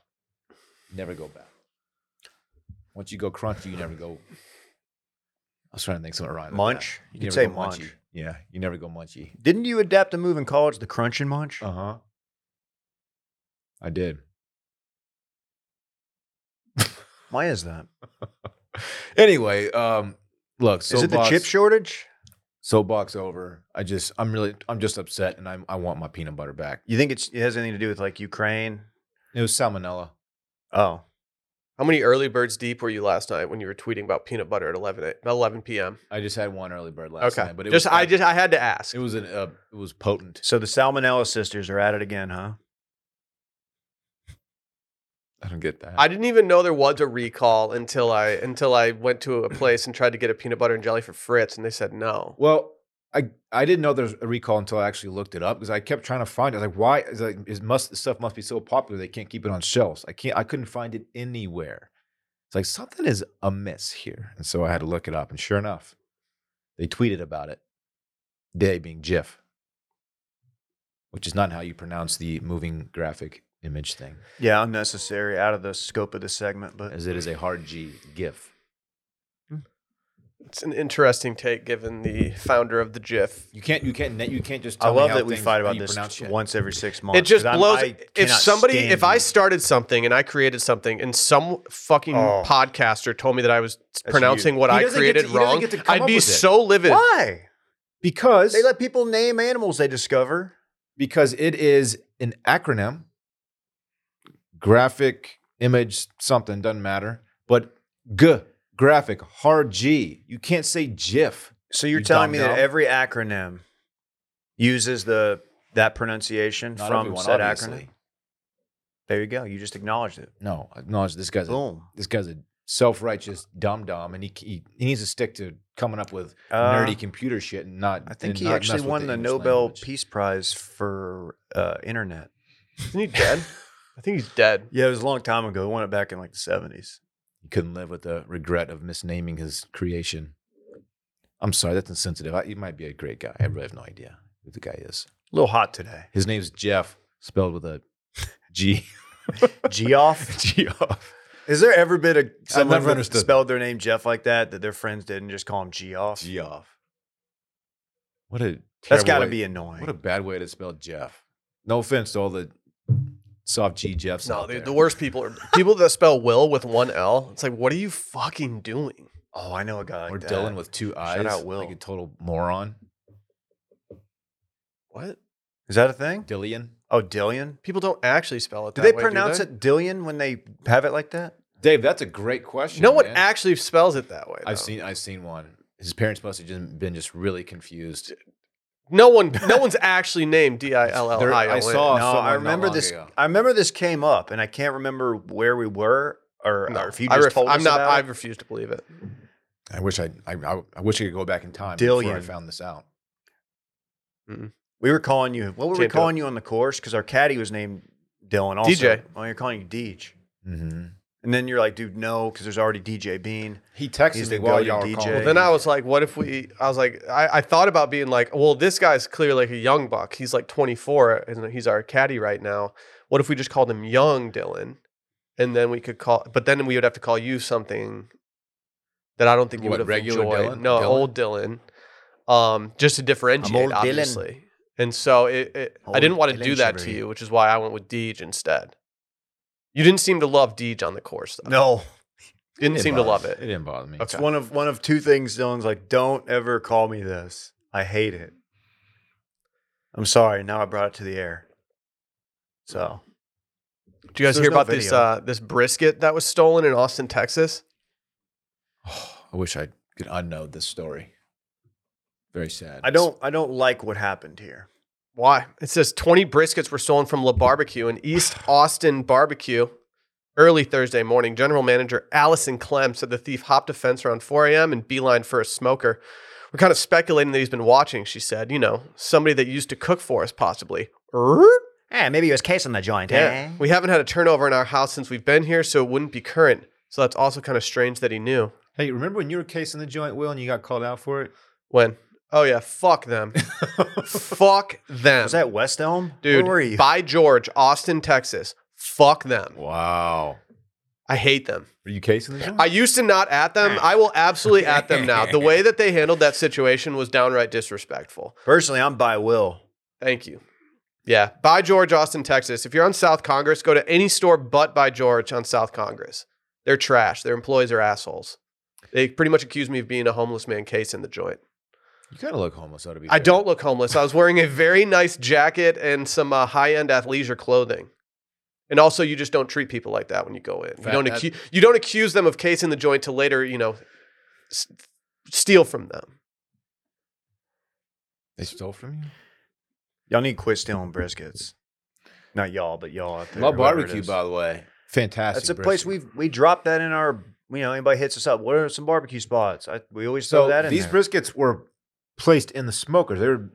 Speaker 3: never go back. Once you go crunchy, you never go. I was trying to think something right.
Speaker 2: Munch?
Speaker 3: You,
Speaker 2: You could
Speaker 3: never
Speaker 2: say
Speaker 3: go
Speaker 2: munch.
Speaker 3: munchy. Yeah, you never go munchy.
Speaker 2: Didn't you adapt a move in college, the crunch and munch?
Speaker 3: Uh huh. I did.
Speaker 2: Why is that?
Speaker 3: Anyway, um, look. So
Speaker 2: Is it the chip shortage?
Speaker 3: Soapbox over. I just, I'm really, I'm just upset, and I'm, I want my peanut butter back.
Speaker 2: You think it's, it has anything to do with like Ukraine?
Speaker 3: It was salmonella.
Speaker 2: Oh,
Speaker 1: How many early birds deep were you last night when you were tweeting about peanut butter at 11, a- 11 p.m.?
Speaker 3: I just had one early bird last
Speaker 1: okay,
Speaker 3: night, but it
Speaker 1: just
Speaker 3: was,
Speaker 1: I just I had to ask.
Speaker 3: it was an, uh, it was potent.
Speaker 2: so the Salmonella sisters are at it again, huh?
Speaker 3: I don't get that.
Speaker 1: I didn't even know there was a recall until I until I went to a place and tried to get a peanut butter and jelly for Fritz, and they said no.
Speaker 3: Well, I I didn't know there's a recall until I actually looked it up because I kept trying to find it. I was like, why is like is must this stuff must be so popular they can't keep it on shelves. I can't I couldn't find it anywhere. It's like something is amiss here. And so I had to look it up. And sure enough, they tweeted about it. They being GIF. Which is not how you pronounce the moving graphic image thing,
Speaker 2: Yeah, unnecessary, out of the scope of this segment, but
Speaker 3: as it is a hard G GIF.
Speaker 1: It's an interesting take given the founder of the GIF.
Speaker 3: You can't you can't you can't just
Speaker 2: I
Speaker 3: tell me
Speaker 2: love
Speaker 3: how
Speaker 2: that we
Speaker 3: things-
Speaker 2: fight
Speaker 3: how
Speaker 2: about
Speaker 3: you
Speaker 2: this
Speaker 3: pronounce shit.
Speaker 2: once every six months.
Speaker 1: It just
Speaker 2: 'cause I'm-
Speaker 1: blows.
Speaker 2: I
Speaker 1: if
Speaker 2: cannot
Speaker 1: somebody,
Speaker 2: stand
Speaker 1: if I
Speaker 2: you.
Speaker 1: started something and I created something, and some fucking
Speaker 2: Oh.
Speaker 1: podcaster told me that I was pronouncing what
Speaker 3: He
Speaker 1: I
Speaker 3: doesn't get
Speaker 1: created
Speaker 3: to- he doesn't
Speaker 1: wrong,
Speaker 3: get to come
Speaker 1: I'd
Speaker 3: up
Speaker 1: be
Speaker 3: with it.
Speaker 1: so livid.
Speaker 2: why
Speaker 3: because
Speaker 2: they let people name animals they discover.
Speaker 3: because it is an acronym, graphic image something doesn't matter, but g graphic hard G. You can't say GIF.
Speaker 2: So you're
Speaker 3: You
Speaker 2: telling
Speaker 3: dumb
Speaker 2: me
Speaker 3: dumb.
Speaker 2: that every acronym uses the that pronunciation
Speaker 3: Not
Speaker 2: from
Speaker 3: everyone,
Speaker 2: said
Speaker 3: obviously.
Speaker 2: acronym? There you go. You just acknowledged it.
Speaker 3: No, no, this guy's a,
Speaker 2: Boom.
Speaker 3: this guy's a self righteous dum dum, and he, he he needs to stick to coming up with
Speaker 2: Uh,
Speaker 3: nerdy computer shit and not.
Speaker 2: I think
Speaker 3: and
Speaker 2: he
Speaker 3: not
Speaker 2: actually
Speaker 3: mess with
Speaker 2: won the,
Speaker 3: English
Speaker 2: Nobel
Speaker 3: language.
Speaker 2: Peace Prize for uh, internet.
Speaker 1: Isn't he dead? I think he's dead.
Speaker 2: Yeah, it was a long time ago. He won it back in like the seventies.
Speaker 3: He couldn't live with the regret of misnaming his creation. I'm sorry, that's insensitive. I, he might be a great guy. I really have no idea who the guy is.
Speaker 2: A little hot today.
Speaker 3: His name's Jeff, spelled with a G.
Speaker 2: Geoff.
Speaker 3: Geoff.
Speaker 2: Is there ever been a someone
Speaker 3: never
Speaker 2: that
Speaker 3: understood.
Speaker 2: spelled their name Jeff like that that their friends didn't just call him Geoff?
Speaker 3: Geoff. What a
Speaker 2: That's
Speaker 3: terrible
Speaker 2: got to
Speaker 3: way-
Speaker 2: be annoying.
Speaker 3: what a bad way to spell Jeff. No offense to all the soft G Jeffs.
Speaker 1: No,
Speaker 3: out
Speaker 1: dude,
Speaker 3: there.
Speaker 1: the worst people are people that spell Will with one L. It's like, what are you fucking doing?
Speaker 2: oh, I know a guy like
Speaker 3: or
Speaker 2: that.
Speaker 3: Dylan with two eyes.
Speaker 2: out Will.
Speaker 3: Like a total moron.
Speaker 1: What?
Speaker 2: Is that a thing?
Speaker 3: Dillian.
Speaker 2: Oh, Dillion.
Speaker 1: People don't actually spell it.
Speaker 2: Do
Speaker 1: That
Speaker 2: they
Speaker 1: way,
Speaker 2: pronounce
Speaker 1: they?
Speaker 2: it Dillion when they have it like that?
Speaker 3: Dave, that's a great question.
Speaker 1: No one
Speaker 3: man.
Speaker 1: actually spells it that way.
Speaker 3: I've
Speaker 1: though.
Speaker 3: seen. I've seen one. His parents must have just been just really confused.
Speaker 1: No one, no one's actually named D I L L
Speaker 3: There-
Speaker 1: I O
Speaker 3: I
Speaker 1: N.
Speaker 3: saw- Oh,
Speaker 2: no,
Speaker 3: someone
Speaker 2: I
Speaker 3: not
Speaker 2: remember
Speaker 3: long
Speaker 2: this.
Speaker 3: ago.
Speaker 2: I remember this came up, and I can't remember where we were or,
Speaker 1: No,
Speaker 2: or if you
Speaker 1: I
Speaker 2: just
Speaker 1: ref-
Speaker 2: told
Speaker 1: I'm
Speaker 2: us
Speaker 1: not.
Speaker 2: about
Speaker 1: I
Speaker 2: it.
Speaker 1: refuse to believe it.
Speaker 3: I wish I. I, I, I wish I could go back in time before I
Speaker 2: Dillion.
Speaker 3: found this out.
Speaker 2: We were calling you. What were we
Speaker 1: Can't do it.
Speaker 2: calling you on the course? Because our caddy was named Dylan. Also,
Speaker 1: DJ.
Speaker 2: Well, you're calling you Deej.
Speaker 3: Mm-hmm.
Speaker 2: And then you're like, dude, no, because there's already DJ Bean.
Speaker 3: He texted
Speaker 2: He's
Speaker 3: me
Speaker 2: the
Speaker 3: while
Speaker 2: go-to
Speaker 3: y'all were
Speaker 2: DJ.
Speaker 3: calling.
Speaker 2: Well,
Speaker 1: Then I was like, what if we? I was like, I, I thought about being like, well, this guy's clearly like a young buck. He's like 24 and he's our caddy right now. What if we just called him Young Dylan, and then we could call, but then we would have to call you something that I don't think you
Speaker 3: What,
Speaker 1: would have
Speaker 3: regular
Speaker 1: enjoyed.
Speaker 3: Dylan?
Speaker 1: No,
Speaker 3: Dylan?
Speaker 1: old Dylan, um, just to differentiate,
Speaker 2: old Dylan.
Speaker 1: obviously. And so it, it, I
Speaker 2: Old
Speaker 1: didn't want to
Speaker 2: Dylan
Speaker 1: do that to
Speaker 2: Shivery.
Speaker 1: you, which is why I went with Deej instead. You didn't seem to love Deej on the course, though.
Speaker 2: No,
Speaker 1: didn't seem to love it.
Speaker 3: It didn't bother me.
Speaker 2: it's
Speaker 1: Okay.
Speaker 2: one of one of two things. Dylan's like, don't ever call me this. I hate it. I'm sorry. Now I brought it to the air. So
Speaker 1: Did you guys
Speaker 2: So
Speaker 1: hear
Speaker 2: there's no
Speaker 1: about this
Speaker 2: video.
Speaker 1: uh, this brisket that was stolen in Austin, Texas?
Speaker 3: I wish I could unknow this story. Very sad.
Speaker 2: I don't. I don't like what happened here.
Speaker 1: Why? It says 20 briskets were stolen from La Barbecue and East Austin Barbecue early Thursday morning. General manager Allison Clem said the thief hopped a fence around 4 a.m. and beeline for a smoker. We're kind of speculating that he's been watching, she said. You know, somebody that used to cook for us, possibly. Err?
Speaker 2: Eh, maybe it was case on the joint. eh?
Speaker 1: Yeah. We haven't had a turnover in our house since we've been here, so it wouldn't be current. So that's also kind of strange that he knew.
Speaker 3: Hey, remember when you were casing the joint, Will, and you got called out for it?
Speaker 1: When? Oh yeah, fuck them. fuck them.
Speaker 2: Was that West Elm?
Speaker 1: Dude,
Speaker 2: Where were you?
Speaker 1: by George, Austin, Texas. Fuck them.
Speaker 3: wow.
Speaker 1: I hate them.
Speaker 3: Were you casing the joint?
Speaker 1: I used to not at them. I will absolutely at them now. The way that they handled that situation was downright disrespectful.
Speaker 2: Personally, I'm by Will.
Speaker 1: Thank you. Yeah, by George, Austin, Texas. If you're on South Congress, go to any store but by George on South Congress. They're trash. Their employees are assholes. They pretty much accuse me of being a homeless man case in the joint.
Speaker 3: you kind of look homeless, though, to be
Speaker 1: I
Speaker 3: fair.
Speaker 1: don't look homeless. I was wearing a very nice jacket and some uh, high-end athleisure clothing. And also, you just don't treat people like that when you go in. You
Speaker 3: Fact,
Speaker 1: don't
Speaker 3: that-
Speaker 1: accu- you don't accuse them of casing the joint to later, you know, s- steal from them.
Speaker 3: They stole from you?
Speaker 2: Y'all need to quit stealing briskets. Not y'all, but y'all out there.
Speaker 3: Love
Speaker 2: whoever it
Speaker 3: barbecue,
Speaker 2: is.
Speaker 3: by the way. Fantastic.
Speaker 2: That's a
Speaker 3: brisket.
Speaker 2: place we we drop that in our. You know, anybody hits us up. What are some barbecue spots? I, we always throw
Speaker 3: So
Speaker 2: that in.
Speaker 3: these
Speaker 2: there.
Speaker 3: briskets were placed in the smokers. They were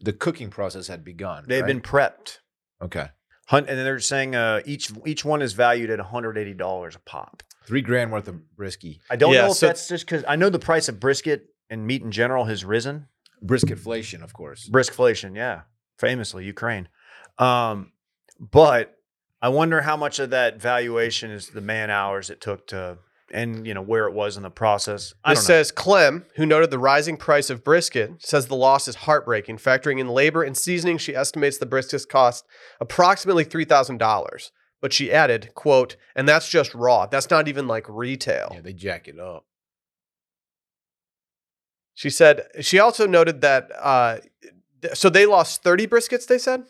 Speaker 3: the cooking process had begun.
Speaker 2: they've
Speaker 3: right?
Speaker 2: been prepped.
Speaker 3: okay.
Speaker 2: Hunt, and then they're saying uh, each each one is valued at one hundred eighty dollars a pop.
Speaker 3: Three grand worth of brisky
Speaker 2: I don't
Speaker 1: Yeah,
Speaker 2: know if
Speaker 1: so-
Speaker 2: that's just because I know the price of brisket and meat in general has risen.
Speaker 3: brisketflation, of course.
Speaker 2: Briskflation, yeah, famously Ukraine. Um, but I wonder how much of that valuation is the man hours it took to, and you know where it was in the process. I don't
Speaker 1: This says Clem, who noted the rising price of brisket, says the loss is heartbreaking. Factoring in labor and seasoning, she estimates the brisket's cost approximately three thousand dollars. But she added, "quote And that's just raw. That's not even like retail."
Speaker 3: Yeah, they jack it up.
Speaker 1: She said she also noted that uh, th- so they lost 30 briskets, they said?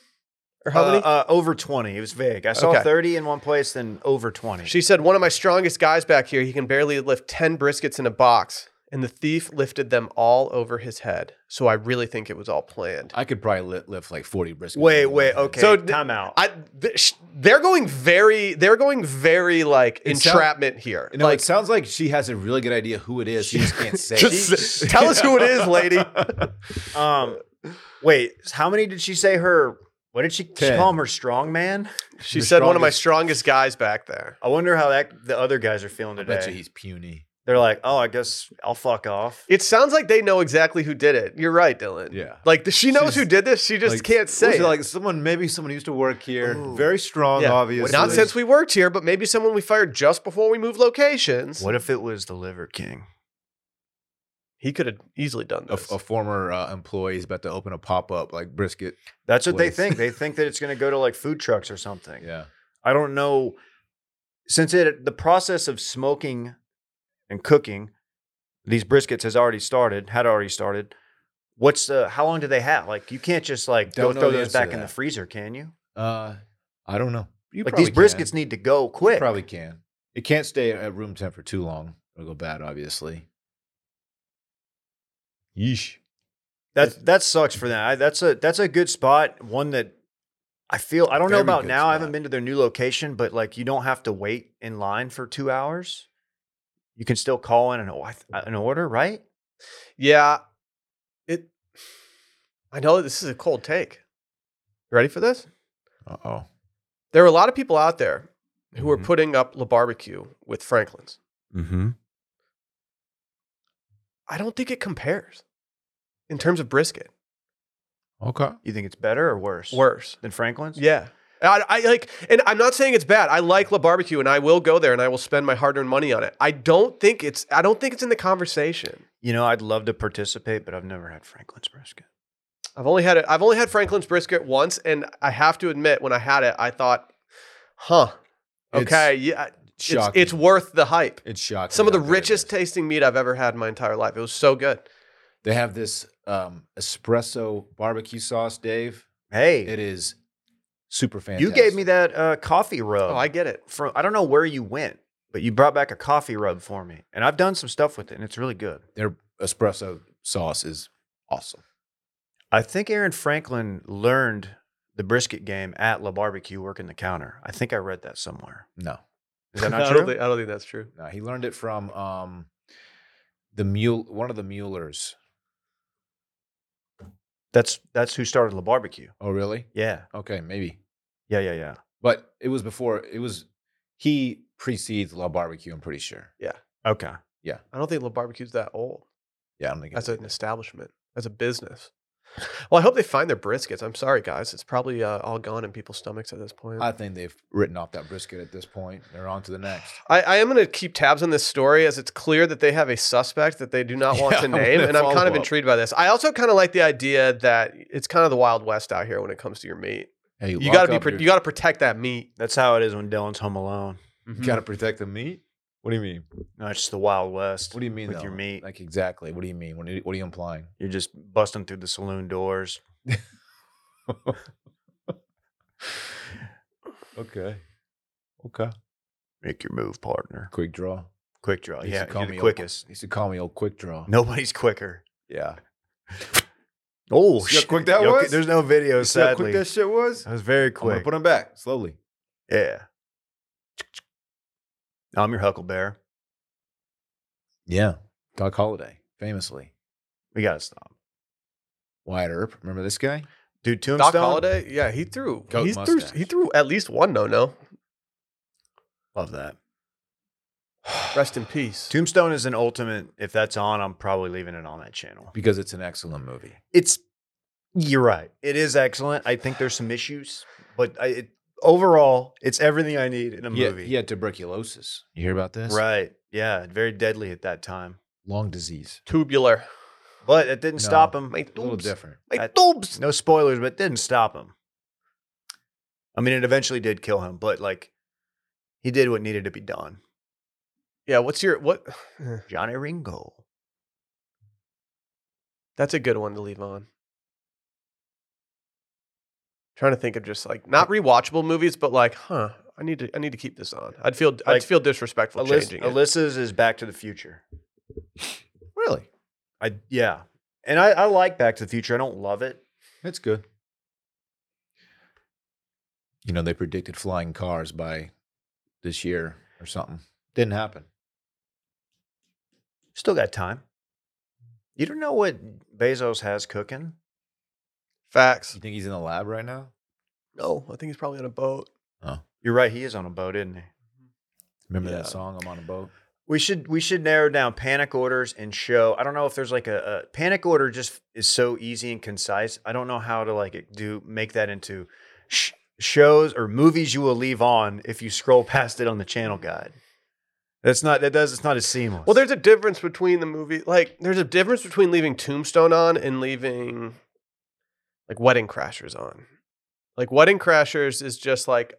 Speaker 1: Or
Speaker 2: know.
Speaker 1: how many?
Speaker 2: Uh, uh, over twenty. It was vague. I saw
Speaker 1: Okay.
Speaker 2: thirty in one place, then over twenty.
Speaker 1: she said, One of my strongest guys back here, he can barely lift 10 briskets in a box. And the thief lifted them all over his head. So I really think it was all planned.
Speaker 3: I could probably li- lift like 40 briskets.
Speaker 2: wait,
Speaker 3: in
Speaker 2: wait,
Speaker 3: one hand.
Speaker 2: okay.
Speaker 1: So
Speaker 2: So
Speaker 1: th-
Speaker 2: time out.
Speaker 1: I th- sh- they're going very they're going very like
Speaker 3: It sound-
Speaker 1: entrapment here.
Speaker 3: You know,
Speaker 1: like
Speaker 3: it sounds like she has a really good idea who it is. She just can't say.
Speaker 1: just tell us who it is, lady.
Speaker 2: um, wait, how many did she say her? What did she, she
Speaker 3: Ten.
Speaker 2: call him? Her strong man.
Speaker 1: She
Speaker 3: The
Speaker 1: said one of my
Speaker 3: strongest-
Speaker 1: strongest guys back there.
Speaker 2: I wonder how that the other guys are feeling
Speaker 3: I
Speaker 2: today.
Speaker 3: bet you he's puny.
Speaker 2: They're like, oh, I guess I'll fuck off.
Speaker 1: It sounds like they know exactly who did it. You're right, Dylan.
Speaker 3: Yeah.
Speaker 1: Like th- she knows
Speaker 3: She's-
Speaker 1: who did this. She just
Speaker 3: Like,
Speaker 1: can't
Speaker 3: was
Speaker 1: say.
Speaker 3: it
Speaker 1: it.
Speaker 3: Like someone, maybe someone used to work here.
Speaker 2: Ooh.
Speaker 3: Very strong,
Speaker 1: Yeah.
Speaker 3: obviously.
Speaker 1: Not since we worked here, but maybe someone we fired just before we moved locations.
Speaker 2: What if it was the Liver King?
Speaker 1: He could have easily done
Speaker 3: a,
Speaker 1: this.
Speaker 3: a former uh, employee is about to open a pop up like brisket.
Speaker 2: That's what they
Speaker 3: Place.
Speaker 2: think. They think that it's going to go to like food trucks or something.
Speaker 3: Yeah.
Speaker 2: I don't know. Since it the process of smoking and cooking these briskets has already started, had already started. What's the how long do they have? Like you can't just like
Speaker 3: Don't
Speaker 2: go
Speaker 3: know
Speaker 2: throw
Speaker 3: the
Speaker 2: those
Speaker 3: answer to
Speaker 2: back in the
Speaker 3: that.
Speaker 2: freezer, can you?
Speaker 3: Uh, I don't know. You
Speaker 2: like these
Speaker 3: probably
Speaker 2: briskets
Speaker 3: can.
Speaker 2: need to go quick.
Speaker 3: You probably can. It can't stay at room temp for too long. It'll go bad, obviously. Yeesh.
Speaker 2: That that sucks for them. I, that's a that's a good spot. One that I feel I don't know
Speaker 3: Very
Speaker 2: about
Speaker 3: good
Speaker 2: now. I haven't
Speaker 3: spot.
Speaker 2: been to their new location, but like you don't have to wait in line for two hours. You can still call in an, o- I th- uh, an order, right?
Speaker 1: yeah. It. I know that this is a cold take. You ready for this?
Speaker 3: Uh oh.
Speaker 1: There are a lot of people out there who are
Speaker 3: Mhm.
Speaker 1: putting up La Barbecue with Franklin's.
Speaker 2: Mm-hmm.
Speaker 1: I don't think it compares in terms of brisket.
Speaker 3: Okay.
Speaker 2: You think it's better or worse?
Speaker 1: Worse.
Speaker 2: than Franklin's?
Speaker 1: Yeah. I, I like, and I'm not saying it's bad. I like La Barbecue, and I will go there, and I will spend my hard-earned money on it. I don't think it's, I don't think it's in the conversation.
Speaker 2: You know, I'd love to participate, but I've never had Franklin's brisket.
Speaker 1: I've only had it. I've only had Franklin's brisket once, and I have to admit, when I had it, I thought, "Huh,
Speaker 3: It's
Speaker 1: okay, yeah, it's,
Speaker 3: Shocking.
Speaker 1: it's worth the hype."
Speaker 3: it's shocking.
Speaker 1: Some of the
Speaker 3: how good it
Speaker 1: richest
Speaker 3: is.
Speaker 1: tasting meat I've ever had in my entire life. It was so good.
Speaker 3: They have this um, espresso barbecue sauce, Dave.
Speaker 2: Hey,
Speaker 3: It is super fantastic.
Speaker 2: you gave me that uh, coffee rub.
Speaker 1: Oh, I get it.
Speaker 2: from I don't know where you went, but you brought back a coffee rub for me, and I've done some stuff with it, and it's really good.
Speaker 3: their espresso sauce is awesome.
Speaker 2: I think Aaron Franklin learned the brisket game at La Barbecue working the counter. I think I read that somewhere.
Speaker 3: No,
Speaker 2: Is that
Speaker 1: I
Speaker 2: not
Speaker 1: don't,
Speaker 2: true?
Speaker 1: think, I don't think that's true.
Speaker 3: no, he learned it from um, the mule, one of the Muellers.
Speaker 2: That's that's who started La Barbecue.
Speaker 3: Oh, really?
Speaker 2: Yeah.
Speaker 3: Okay, maybe.
Speaker 2: Yeah, yeah, yeah.
Speaker 3: But it was before. It was he precedes La Barbecue. I'm pretty sure.
Speaker 2: Okay.
Speaker 3: Yeah.
Speaker 1: I don't think Little Barbecue's that old
Speaker 3: Yeah, I don't think
Speaker 1: as an establishment, as a business. Well, I hope they find their briskets. I'm sorry, guys. It's probably uh, all gone in people's stomachs at this point.
Speaker 3: I think they've written off that brisket at this point. They're on to the next.
Speaker 1: I, I am going to keep tabs on this story as it's clear that they have a suspect that they do not want
Speaker 3: Yeah,
Speaker 1: to
Speaker 3: I'm gonna
Speaker 1: name. And I'm kind
Speaker 3: follow
Speaker 1: of
Speaker 3: up.
Speaker 1: intrigued by this. I also kind of like the idea that it's kind of the Wild West out here when it comes to your meat.
Speaker 3: Hey,
Speaker 1: You
Speaker 3: lock
Speaker 1: got to be,
Speaker 3: up
Speaker 1: pro-
Speaker 3: your-
Speaker 1: you got to protect that meat.
Speaker 2: That's how it is when Dylan's home alone.
Speaker 3: you got to protect the meat. What do you mean?
Speaker 2: No, it's just the Wild West.
Speaker 3: What do you mean
Speaker 2: with
Speaker 3: though?
Speaker 2: your meat?
Speaker 3: Like exactly. What do you mean? What are you, what are you implying?
Speaker 2: You're just busting through the saloon doors.
Speaker 3: okay. Okay.
Speaker 2: Make your move, partner.
Speaker 3: Quick draw.
Speaker 2: Quick draw.
Speaker 3: He used
Speaker 2: Yeah,
Speaker 3: to call
Speaker 2: you're the
Speaker 3: me old-
Speaker 2: quickest.
Speaker 3: He used to call me old quick draw.
Speaker 2: Nobody's quicker.
Speaker 3: Yeah.
Speaker 2: Oh,
Speaker 3: See how quick that was?
Speaker 2: There's no video,
Speaker 3: You see how
Speaker 2: sadly.
Speaker 3: quick that shit was?
Speaker 2: that was very
Speaker 3: I'm gonna
Speaker 2: quick.
Speaker 3: put him back slowly.
Speaker 2: yeah. I'm your huckleberry.
Speaker 3: Yeah. Doc Holiday, famously.
Speaker 2: We gotta stop,
Speaker 3: Wyatt Earp. Remember this guy?
Speaker 2: dude. Tombstone.
Speaker 1: Doc Holiday, yeah, he threw.
Speaker 3: Goat
Speaker 1: he threw.
Speaker 3: mustache.
Speaker 1: He threw at least one no no.
Speaker 2: Love that.
Speaker 1: Rest in peace.
Speaker 2: Tombstone is an ultimate. If that's on, I'm probably leaving it on that channel.
Speaker 3: Because it's an excellent movie.
Speaker 2: It's. You're right. It is excellent. I think there's some issues, but I, it, overall, it's everything I need in a
Speaker 3: He had-
Speaker 2: movie.
Speaker 3: He had tuberculosis. You hear about this?
Speaker 2: Right. Yeah. Very deadly at that time.
Speaker 3: Lung disease.
Speaker 1: Tubular.
Speaker 2: But it didn't
Speaker 3: No.
Speaker 2: stop him.
Speaker 1: My
Speaker 3: A little
Speaker 1: tubes.
Speaker 3: different.
Speaker 1: My
Speaker 2: That-
Speaker 1: tubes.
Speaker 2: No spoilers, but it didn't stop him. I mean, it eventually did kill him, but like he did what needed to be done.
Speaker 1: Yeah. What's your what?
Speaker 3: Eh.
Speaker 2: Johnny Ringo.
Speaker 1: That's a good one to leave on. Trying to think of just like not rewatchable movies, but like, huh? I need to. I need to keep this on. I'd feel. I'd
Speaker 2: Like,
Speaker 1: feel disrespectful
Speaker 2: Alyssa,
Speaker 1: changing it.
Speaker 2: Alyssa's is Back to the Future.
Speaker 3: Really?
Speaker 2: I yeah. And I, I like Back to the Future. I don't love it.
Speaker 3: It's good. You know, they predicted flying cars by this year or something. Didn't happen.
Speaker 2: Still got time. You don't know what Bezos has cooking?
Speaker 1: Facts.
Speaker 3: You think he's in the lab right now?
Speaker 1: No, I think he's probably on a boat.
Speaker 2: You're right, he is on a boat, isn't he?
Speaker 3: Remember
Speaker 1: Yeah.
Speaker 3: that song, I'm on a boat?
Speaker 2: We should we should narrow down panic orders and show. I don't know if there's like a, a panic order just is so easy and concise. I don't know how to like do make that into sh- shows or movies you will leave on if you scroll past it on the channel guide. That's not that does it's not as seamless.
Speaker 1: Well, there's a difference between the movie. Like, there's a difference between leaving Tombstone on and leaving like Wedding Crashers on. Like, Wedding Crashers is just like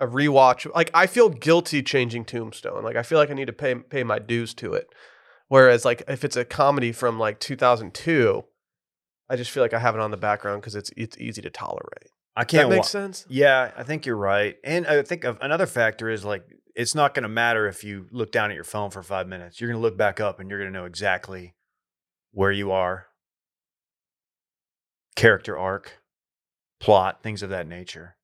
Speaker 1: a rewatch. Like, I feel guilty changing Tombstone. Like, I feel like I need to pay pay my dues to it. Whereas, like, if it's a comedy from like 2002, I just feel like I have it on the background because it's it's easy to tolerate.
Speaker 2: I
Speaker 1: Does that
Speaker 2: can't
Speaker 1: make
Speaker 2: wa-
Speaker 1: sense?
Speaker 2: Yeah, I think you're right. And I think of another factor is like it's not going to matter if you look down at your phone for 5 minutes. You're going to look back up and you're going to know exactly where you are. Character arc, plot, things of that nature.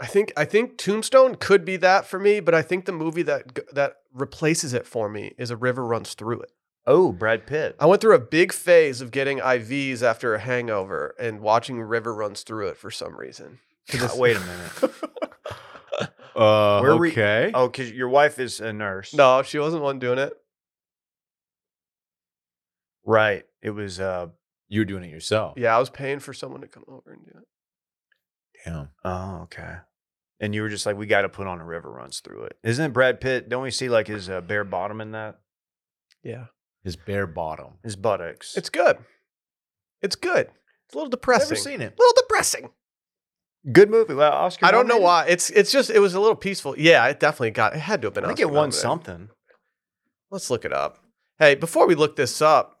Speaker 1: I think I think Tombstone could be that for me, but I think the movie that g- that replaces it for me is A River Runs Through It.
Speaker 2: Oh, Brad Pitt.
Speaker 1: I went through a big phase of getting IVs after a hangover and watching River runs through it for some reason.
Speaker 2: Uh, Wait a minute.
Speaker 3: Uh,
Speaker 2: Where we-
Speaker 3: okay.
Speaker 2: Oh, cuz your wife is a nurse.
Speaker 1: No, she wasn't one doing it.
Speaker 2: Right. It was uh
Speaker 3: you were doing it yourself.
Speaker 1: Yeah, I was paying for someone to come over and do it.
Speaker 3: Damn.
Speaker 2: oh, okay. And you were just like we got to put on a river runs through it. Isn't Brad Pitt? Don't we see like his uh, bare bottom in that?
Speaker 1: Yeah.
Speaker 3: His bare bottom.
Speaker 2: His buttocks.
Speaker 1: It's good. It's good. It's a little depressing.
Speaker 3: Never seen it.
Speaker 1: A little depressing.
Speaker 2: Good movie. Well, Oscar.
Speaker 1: I don't know
Speaker 2: nominated.
Speaker 1: why. It's it's just it was a little peaceful. Yeah, it definitely got it had to have been
Speaker 2: I think
Speaker 1: Oscar
Speaker 2: it won
Speaker 1: nominated.
Speaker 2: something.
Speaker 1: Let's look it up. Hey, before we look this up,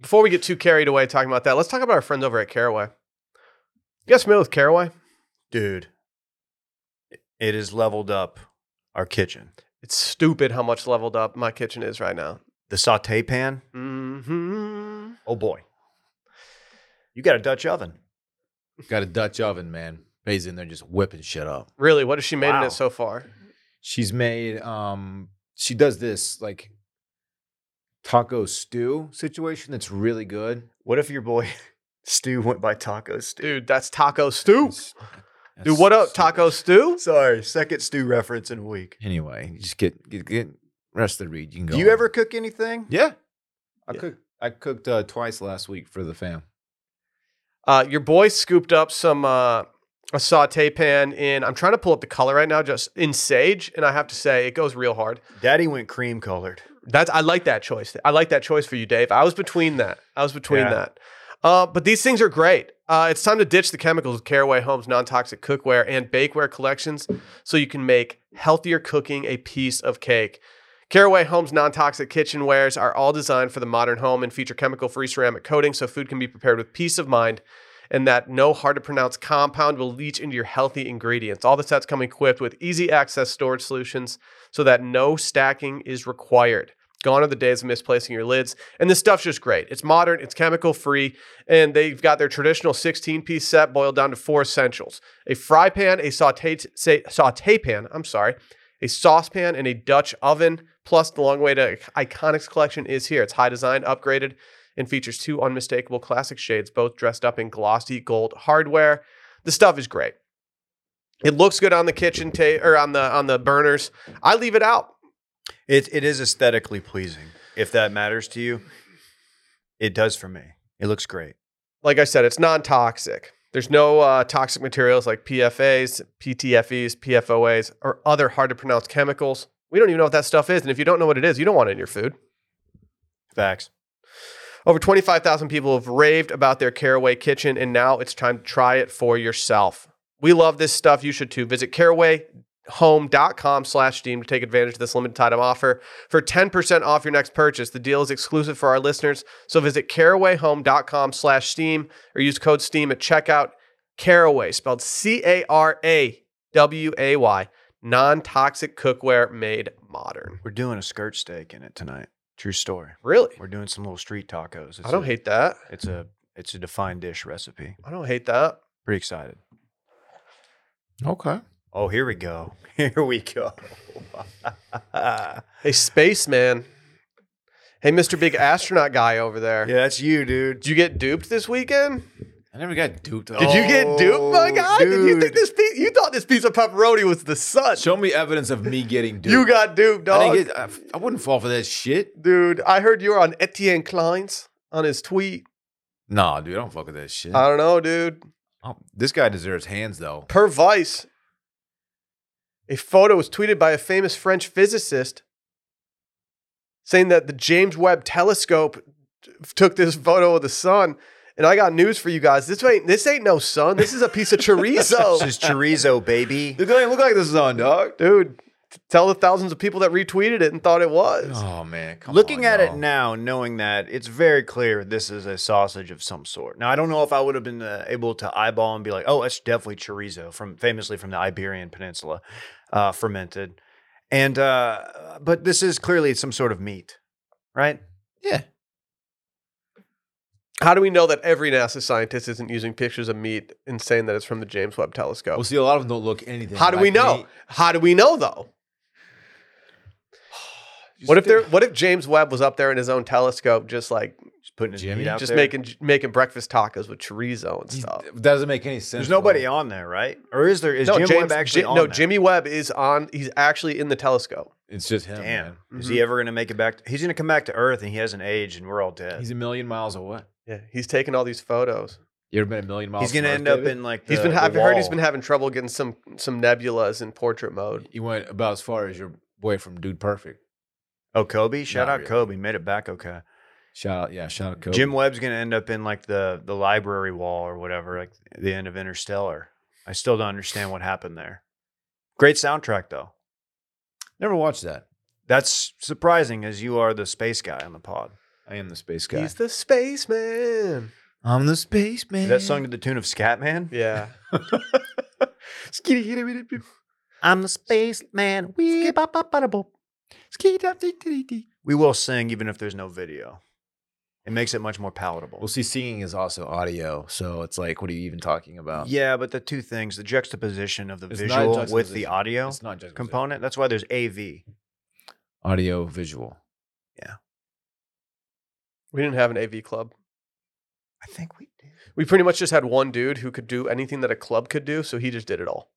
Speaker 1: before we get too carried away talking about that, let's talk about our friends over at Caraway. You guys familiar with Caraway?
Speaker 2: Dude, it has leveled up our kitchen.
Speaker 1: It's stupid how much leveled up my kitchen is right now.
Speaker 2: The saute pan.
Speaker 1: hmm
Speaker 2: Oh boy. You got a Dutch oven.
Speaker 3: Got a Dutch oven, man. Faye's in there just whipping shit up.
Speaker 1: Really, what has she made in
Speaker 2: Wow.
Speaker 1: it so far?
Speaker 3: She's made um she does this like taco stew situation that's really good.
Speaker 2: What if your boy Stu went by Taco Stu?
Speaker 1: Dude, that's taco stew.
Speaker 3: It's-
Speaker 1: Dude, what up,
Speaker 3: that's-
Speaker 1: taco stew?
Speaker 2: Sorry, second Stu reference in a week.
Speaker 3: Anyway, you just get get get Rest of the read. You can go.
Speaker 2: Do you
Speaker 3: on.
Speaker 2: ever cook anything?
Speaker 3: Yeah. I
Speaker 1: Yeah.
Speaker 3: cooked. I cooked uh, twice last week for the fam.
Speaker 1: Uh, your boy scooped up some uh, a saute pan in. I'm trying to pull up the color right now, just in sage, and I have to say it goes real hard.
Speaker 2: Daddy went cream colored.
Speaker 1: That's I like that choice. I like that choice for you, Dave. I was between that. I was between
Speaker 2: Yeah.
Speaker 1: that. Uh, but these things are great. Uh, it's time to ditch the chemicals with Caraway Homes non-toxic cookware and bakeware collections, so you can make healthier cooking a piece of cake. Caraway Homes non-toxic kitchenwares are all designed for the modern home and feature chemical-free ceramic coating, so food can be prepared with peace of mind and that no hard to pronounce compound will leach into your healthy ingredients. All the sets come equipped with easy access storage solutions so that no stacking is required. Gone are the days of misplacing your lids. And this stuff's just great. It's modern, it's chemical free, and they've got their traditional 16 piece set boiled down to four essentials a fry pan, a saute, sa- saute pan, I'm sorry, a saucepan, and a Dutch oven. Plus, the long way to Iconics collection is here. It's high design, upgraded, and features two unmistakable classic shades, both dressed up in glossy gold hardware. The stuff is great. It looks good on the kitchen ta- or on the on the burners. I leave it out.
Speaker 2: It it is aesthetically pleasing. If that matters to you, it does for me. It looks great.
Speaker 1: Like I said, it's non-toxic. There's no uh, toxic materials like PFAs, PTFEs, PFOAs, or other hard to pronounce chemicals. We don't even know what that stuff is, and if you don't know what it is, you don't want it in your food.
Speaker 2: Facts.
Speaker 1: Over 25,000 people have raved about their Caraway kitchen, and now it's time to try it for yourself. We love this stuff. You should too. Visit carawayhome.com slash steam to take advantage of this limited time offer for 10% off your next purchase. The deal is exclusive for our listeners, so visit carawayhome.com slash steam or use code steam at checkout. Caraway, spelled C-A-R-A-W-A-Y, non-toxic cookware made modern.
Speaker 2: We're doing a skirt steak in it tonight. True story.
Speaker 1: Really?
Speaker 2: We're doing some little street tacos. It's
Speaker 1: I don't
Speaker 2: a-
Speaker 1: hate that.
Speaker 2: It's a it's a defined dish recipe.
Speaker 1: I don't hate that.
Speaker 2: Pretty excited.
Speaker 3: Okay.
Speaker 2: Oh, here we go. Here we go. yeah,
Speaker 1: Hey, spaceman. Hey, Mr. Big Astronaut Guy over there.
Speaker 2: that's you, dude.
Speaker 1: Did you get duped this weekend?
Speaker 3: I never got duped.
Speaker 1: Did you get duped, my
Speaker 2: Oh,
Speaker 1: guy? Did you think
Speaker 2: dude.
Speaker 1: this piece? You thought this piece of pepperoni was the sun?
Speaker 3: oh. Show me evidence of me getting duped.
Speaker 1: You got duped,
Speaker 3: I,
Speaker 1: dog.
Speaker 3: didn't get- I f- I wouldn't fall for that shit.
Speaker 1: Dude, I heard you were on Etienne Klein's on his tweet.
Speaker 3: Nah, dude, I don't fuck with that shit.
Speaker 1: I don't know, dude.
Speaker 3: Oh, this guy deserves hands though.
Speaker 1: Per Vice, a photo was tweeted by a famous French physicist saying that the James Webb Telescope t- took this photo of the sun. And I got news for you guys. This ain't this ain't no sun. This is a piece of
Speaker 2: This
Speaker 1: chorizo,
Speaker 2: is chorizo, baby.
Speaker 3: It doesn't look like this is on, dog.
Speaker 1: dude. t- Tell the thousands of people that retweeted it and thought it was.
Speaker 3: Oh man, come
Speaker 2: Looking
Speaker 3: on,
Speaker 2: at it
Speaker 3: dog.
Speaker 2: now, knowing that it's very clear this is a sausage of some sort. Now, I don't know if I would have been uh, able to eyeball and be like, "Oh, that's definitely chorizo from famously from the Iberian Peninsula, uh, fermented." And uh, but this is clearly some sort of meat, right?
Speaker 3: Yeah.
Speaker 1: How do we know that every NASA scientist isn't using pictures of meat and saying that it's from the James Webb Telescope?
Speaker 2: Oh,
Speaker 3: Well, see, a lot of them don't look anything.
Speaker 1: How do we
Speaker 3: like
Speaker 1: know?
Speaker 3: me.
Speaker 1: How do we know though?
Speaker 3: Just
Speaker 1: What if there?
Speaker 3: think-
Speaker 1: What if James Webb was up there in his own telescope, just like
Speaker 2: Just putting his
Speaker 3: Jimmy?
Speaker 2: meat out
Speaker 1: just
Speaker 2: there.
Speaker 1: making making breakfast tacos with chorizo and
Speaker 3: You-
Speaker 1: stuff?
Speaker 3: That doesn't make any sense.
Speaker 2: There's
Speaker 3: bro.
Speaker 2: nobody on there, right? Or is there? Is Jim Webb actually
Speaker 1: Ji-
Speaker 2: on
Speaker 1: no,
Speaker 2: there?
Speaker 1: Jimmy Webb is on. He's actually in the telescope.
Speaker 3: It's just him.
Speaker 2: Damn,
Speaker 3: man.
Speaker 2: is he ever going to make it back? he's going to come back to Earth, and he hasn't aged, and we're all dead.
Speaker 3: He's
Speaker 2: He's,
Speaker 3: a million miles away.
Speaker 1: Yeah, he's taking all these photos.
Speaker 3: You ever been a million miles?
Speaker 2: going to
Speaker 3: from
Speaker 2: end
Speaker 3: Earth,
Speaker 2: up
Speaker 3: David?
Speaker 2: in like the,
Speaker 1: He's been.
Speaker 2: the
Speaker 1: I've heard he's
Speaker 2: wall.
Speaker 1: been having trouble getting some some nebulas in portrait mode.
Speaker 3: You went about as far as your boy from Dude Perfect.
Speaker 2: Oh, Kobe! Shout
Speaker 3: Not
Speaker 2: out
Speaker 3: really.
Speaker 2: Kobe. Made it back okay.
Speaker 3: Shout out, yeah, shout out, Kobe.
Speaker 2: Jim Webb's gonna end up in like the the library wall or whatever, like the end of Interstellar. I still don't understand what happened there. Great soundtrack though.
Speaker 3: Never watched that.
Speaker 2: That's surprising, as you are the space guy on the pod.
Speaker 3: I am the space guy.
Speaker 1: He's the spaceman.
Speaker 3: I'm the spaceman.
Speaker 2: Is that sung to the tune of Scatman?
Speaker 1: Yeah.
Speaker 3: Skitty hitty bitty boo.
Speaker 2: I'm the spaceman. We bop, bop, bada, boop.
Speaker 3: Skitty dop dee dee dee.
Speaker 2: We will sing even if there's no video. It makes it much more
Speaker 3: Well,
Speaker 2: palatable.
Speaker 3: see, singing is also audio, so it's like, what are you even talking about?
Speaker 2: Yeah, but the two things, the juxtaposition of the
Speaker 3: Oh. It's not
Speaker 2: visual with the
Speaker 3: juxtaposition.
Speaker 2: audio
Speaker 3: it's not just
Speaker 2: component, that's why there's AV.
Speaker 3: audio visual.
Speaker 1: we didn't have an AV club.
Speaker 2: I think we did.
Speaker 1: We pretty much just had one dude who could do anything that a club could do, so he just did it all.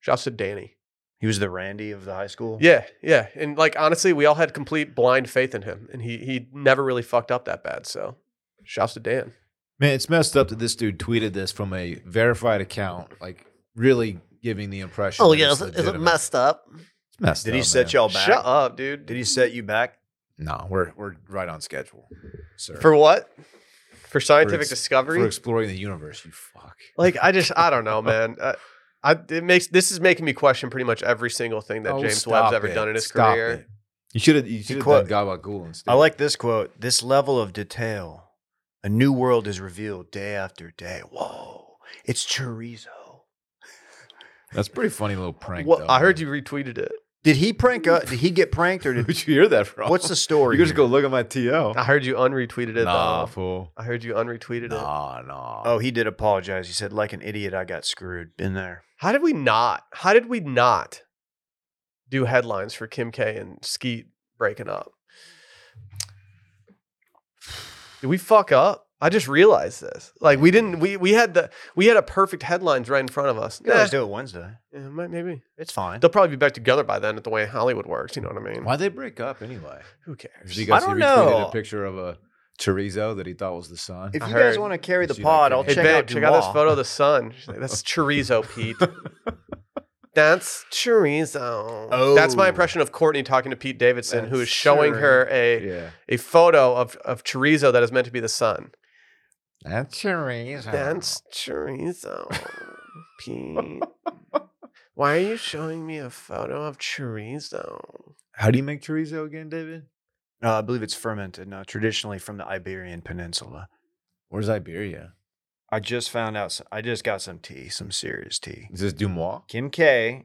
Speaker 1: Shouts to Danny.
Speaker 2: He was the Randy of the high school.
Speaker 1: Yeah, yeah. And like honestly, we all had complete blind faith in him. And he he never really fucked up that bad. So shouts to Dan.
Speaker 3: Man, it's messed up that this dude tweeted this from a verified account, like really giving the impression.
Speaker 4: Oh
Speaker 3: that
Speaker 4: yeah, is
Speaker 3: it's
Speaker 4: it, is it
Speaker 3: legitimate.
Speaker 4: messed up?
Speaker 3: It's messed
Speaker 2: Did he
Speaker 3: up,
Speaker 2: set
Speaker 3: man.
Speaker 2: y'all back?
Speaker 1: Shut up, dude.
Speaker 2: Did he set you back?
Speaker 3: No, we're we're right on schedule, sir.
Speaker 1: For what? For scientific
Speaker 3: ex-
Speaker 1: discovery?
Speaker 3: for exploring the universe, you fuck.
Speaker 1: like I just I don't know, man. I, I it makes this is making me question pretty much every single thing that
Speaker 3: Oh,
Speaker 1: James
Speaker 3: stop
Speaker 1: Webb's ever
Speaker 3: it.
Speaker 1: done in his
Speaker 3: Stop
Speaker 1: career.
Speaker 3: it. You should have. You should have
Speaker 2: quote-
Speaker 3: done Gabagool instead.
Speaker 2: I like this quote. This level of detail, a new world is revealed day after day. Whoa, it's chorizo.
Speaker 3: That's a pretty funny little prank.
Speaker 1: Well,
Speaker 3: though,
Speaker 1: I heard
Speaker 3: man.
Speaker 1: you retweeted it.
Speaker 2: Did he prank? Uh, did he get pranked or did?
Speaker 3: Where'd you hear that from?
Speaker 2: What's the story?
Speaker 3: You just
Speaker 2: here?
Speaker 3: go look at my to.
Speaker 1: I heard you unretweeted it.
Speaker 3: Nah,
Speaker 1: though.
Speaker 3: fool.
Speaker 1: I heard you unretweeted it.
Speaker 3: Nah, nah.
Speaker 2: Oh, he did apologize. He said, "Like an idiot, I got screwed." Been there.
Speaker 1: How did we not? How did we not do headlines for Kim K and Skeet breaking up? Did we fuck up? I just realized this. Like we didn't. We we had the we had a perfect headlines right in front of us.
Speaker 2: You can always
Speaker 1: Nah,
Speaker 2: do it Wednesday.
Speaker 1: yeah, might- maybe
Speaker 2: It's fine.
Speaker 1: they'll probably be back together by then. At the way Hollywood works, you know what I mean?
Speaker 3: Why'd they break up anyway?
Speaker 1: Who cares?
Speaker 3: Because
Speaker 2: I don't
Speaker 3: he retweeted
Speaker 2: know.
Speaker 3: a picture of a chorizo that he thought was the sun.
Speaker 2: if
Speaker 1: I
Speaker 2: you
Speaker 1: heard-
Speaker 2: guys want to carry the
Speaker 3: She
Speaker 2: pod,
Speaker 3: like
Speaker 2: I'll
Speaker 3: it.
Speaker 1: Hey
Speaker 2: check
Speaker 1: babe,
Speaker 2: out
Speaker 1: check out this
Speaker 2: Dumois.
Speaker 1: photo of the sun. She's like, That's chorizo, Pete. That's chorizo. That's
Speaker 2: Oh.
Speaker 1: my impression of Courtney talking to Pete Davidson, who is
Speaker 2: That's
Speaker 1: showing her a
Speaker 3: yeah,
Speaker 1: a photo of, of chorizo that is meant to be the sun.
Speaker 3: that's chorizo.
Speaker 1: That's chorizo, Pete. Why are you showing me a photo of chorizo?
Speaker 3: How do you make chorizo again, David?
Speaker 2: Uh, I believe it's fermented, no, traditionally from the Iberian Peninsula.
Speaker 3: Where's Iberia?
Speaker 2: I just found out. s- I just got some tea, some serious tea.
Speaker 3: Is this Dumois?
Speaker 2: Kim K,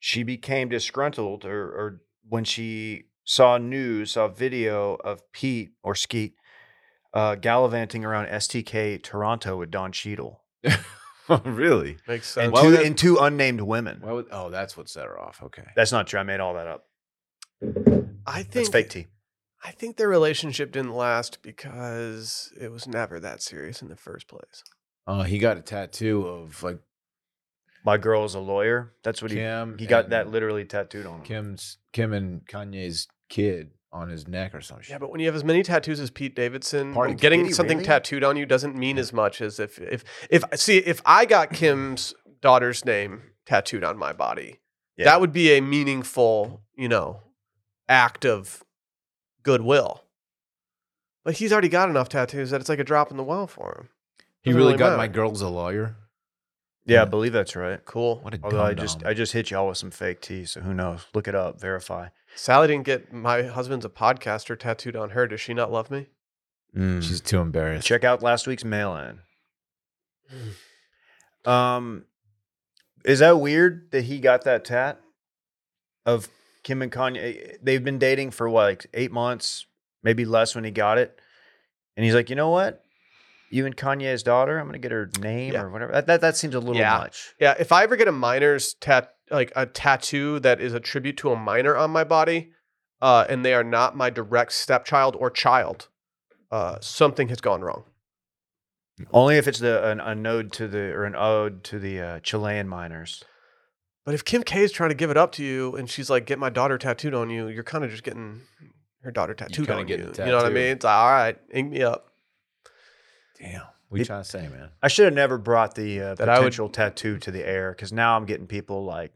Speaker 2: she became disgruntled or, or when she saw news, saw video of Pete or Skeet uh, gallivanting around STK Toronto with Don Cheadle
Speaker 3: really?
Speaker 1: Makes sense.
Speaker 2: and
Speaker 3: why
Speaker 2: two,
Speaker 3: would that-
Speaker 2: and two unnamed women.
Speaker 3: Why would? Oh, that's what set her off. Okay.
Speaker 2: That's not true. I made all that up.
Speaker 1: I think
Speaker 2: That's fake tea.
Speaker 1: I think their relationship didn't last because it was never that serious in the first place.
Speaker 3: Uh, he got a tattoo of like
Speaker 2: My girl is a lawyer. That's what he
Speaker 3: Kim.
Speaker 2: he got that
Speaker 3: and
Speaker 2: literally tattooed on him.
Speaker 3: Kim's Kim and Kanye's kid on his neck or some shit.
Speaker 1: Yeah, but when you have as many tattoos as Pete Davidson,
Speaker 3: Party-
Speaker 2: Did
Speaker 1: getting
Speaker 2: he
Speaker 1: something
Speaker 2: really?
Speaker 1: tattooed on you doesn't mean as much as if if if see if I got Kim's daughter's name tattooed on my body,
Speaker 2: Yeah.
Speaker 1: that would be a meaningful, you know, act of goodwill. But he's already got enough tattoos that it's like a drop in the well for him.
Speaker 3: he
Speaker 1: Doesn't
Speaker 3: really,
Speaker 1: really
Speaker 3: got
Speaker 1: matter.
Speaker 3: my girl's a lawyer.
Speaker 2: yeah, I believe that's right.
Speaker 1: Cool.
Speaker 3: What a
Speaker 2: Although I
Speaker 3: dum-dum.
Speaker 2: just I just hit y'all with some fake tea, so who knows? Look it up, verify.
Speaker 1: Sally didn't get my husband's a podcaster tattooed on her. Does she not love me?
Speaker 2: Mm-hmm.
Speaker 3: she's too embarrassed.
Speaker 2: Check out last week's mail in.
Speaker 1: Mm.
Speaker 2: Um, is that weird that he got that tat of Kim and Kanye? Eh, They've been dating for what, like eight months, maybe less when he got it. And he's like, you know what? You and Kanye's daughter, I'm gonna get her name
Speaker 1: Yeah.
Speaker 2: or whatever. That, that that seems a little
Speaker 1: Yeah.
Speaker 2: much.
Speaker 1: Yeah, if I ever get a minor's tat like a tattoo that is a tribute to a minor on my body, uh, and they are not my direct stepchild or child, uh, something has gone wrong.
Speaker 2: Only if it's the an, an ode to the or an ode to the uh, Chilean miners.
Speaker 1: But if Kim K is trying to give it up to you and she's like, get my daughter tattooed on you, you're kind of just getting her daughter tattooed
Speaker 3: kinda
Speaker 1: on you.
Speaker 3: getting
Speaker 1: You know what I
Speaker 3: tattooed.
Speaker 1: mean? It's like, all right, ink me up.
Speaker 3: Damn. What you
Speaker 2: It-
Speaker 3: trying to say, man?
Speaker 2: I should have never brought the uh,
Speaker 1: That I would-
Speaker 2: potential tattoo to the air because now I'm getting people like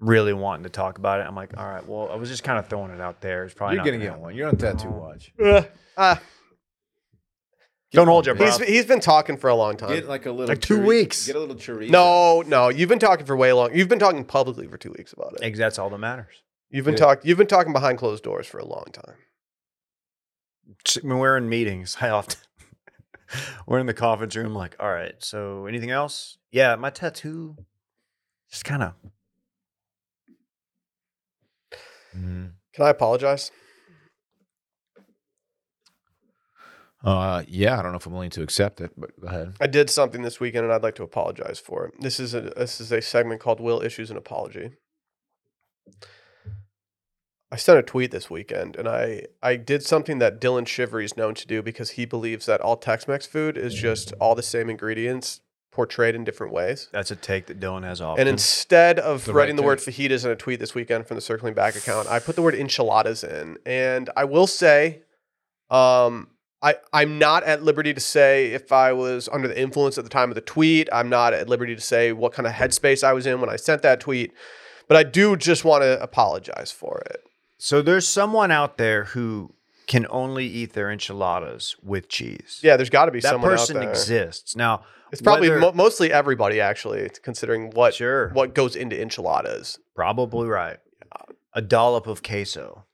Speaker 2: really wanting to talk about it. I'm like, all right, well, I was just kind of throwing it out there. It's probably
Speaker 3: You're
Speaker 2: not
Speaker 3: gonna
Speaker 2: gonna
Speaker 3: get
Speaker 2: happen."
Speaker 3: one. You're on tattoo watch.
Speaker 1: Ah,
Speaker 2: Don't hold your
Speaker 3: Get one,
Speaker 2: breath.
Speaker 1: he's, he's been talking for a long
Speaker 3: bitch.
Speaker 1: time.
Speaker 3: Get like a little
Speaker 2: Like two
Speaker 3: chori-
Speaker 2: weeks.
Speaker 3: Get a little chorizo.
Speaker 1: no, no, you've been talking for way long. You've been talking publicly for two weeks about it.
Speaker 2: Ex- That's all that matters.
Speaker 1: You've been
Speaker 3: Yeah.
Speaker 1: talking. You've been talking behind closed doors for a long time.
Speaker 2: Just- When we're in meetings, I often we're in the conference room. Like, all right, so anything else? Yeah, my tattoo. Just kind of.
Speaker 3: Mhm.
Speaker 1: Can I apologize?
Speaker 3: Uh, yeah. I don't know if I'm willing to accept it, but go ahead.
Speaker 1: I did something this weekend, and I'd like to apologize for it. This is a this is a segment called "Will Issues an Apology." I sent a tweet this weekend, and I I did something that Dylan Shivery is known to do because he believes that all Tex-Mex food is just all the same ingredients portrayed in different ways.
Speaker 2: That's a take that Dylan has often.
Speaker 1: And instead of
Speaker 3: The right
Speaker 1: writing the word fajitas in a tweet this weekend from the Circling Back account, I put the word enchiladas in. And I will say, um, I, I'm not at liberty to say if I was under the influence at the time of the tweet. I'm not at liberty to say what kind of headspace I was in when I sent that tweet. But I do just want to apologize for it.
Speaker 2: so there's someone out there who can only eat their enchiladas with cheese.
Speaker 1: Yeah, there's got to be
Speaker 2: that
Speaker 1: someone
Speaker 2: person
Speaker 1: out there.
Speaker 2: exists now.
Speaker 1: It's probably
Speaker 2: whether-
Speaker 1: mo- mostly everybody, actually, considering what
Speaker 2: sure.
Speaker 1: what goes into enchiladas.
Speaker 2: Probably right. A dollop of queso.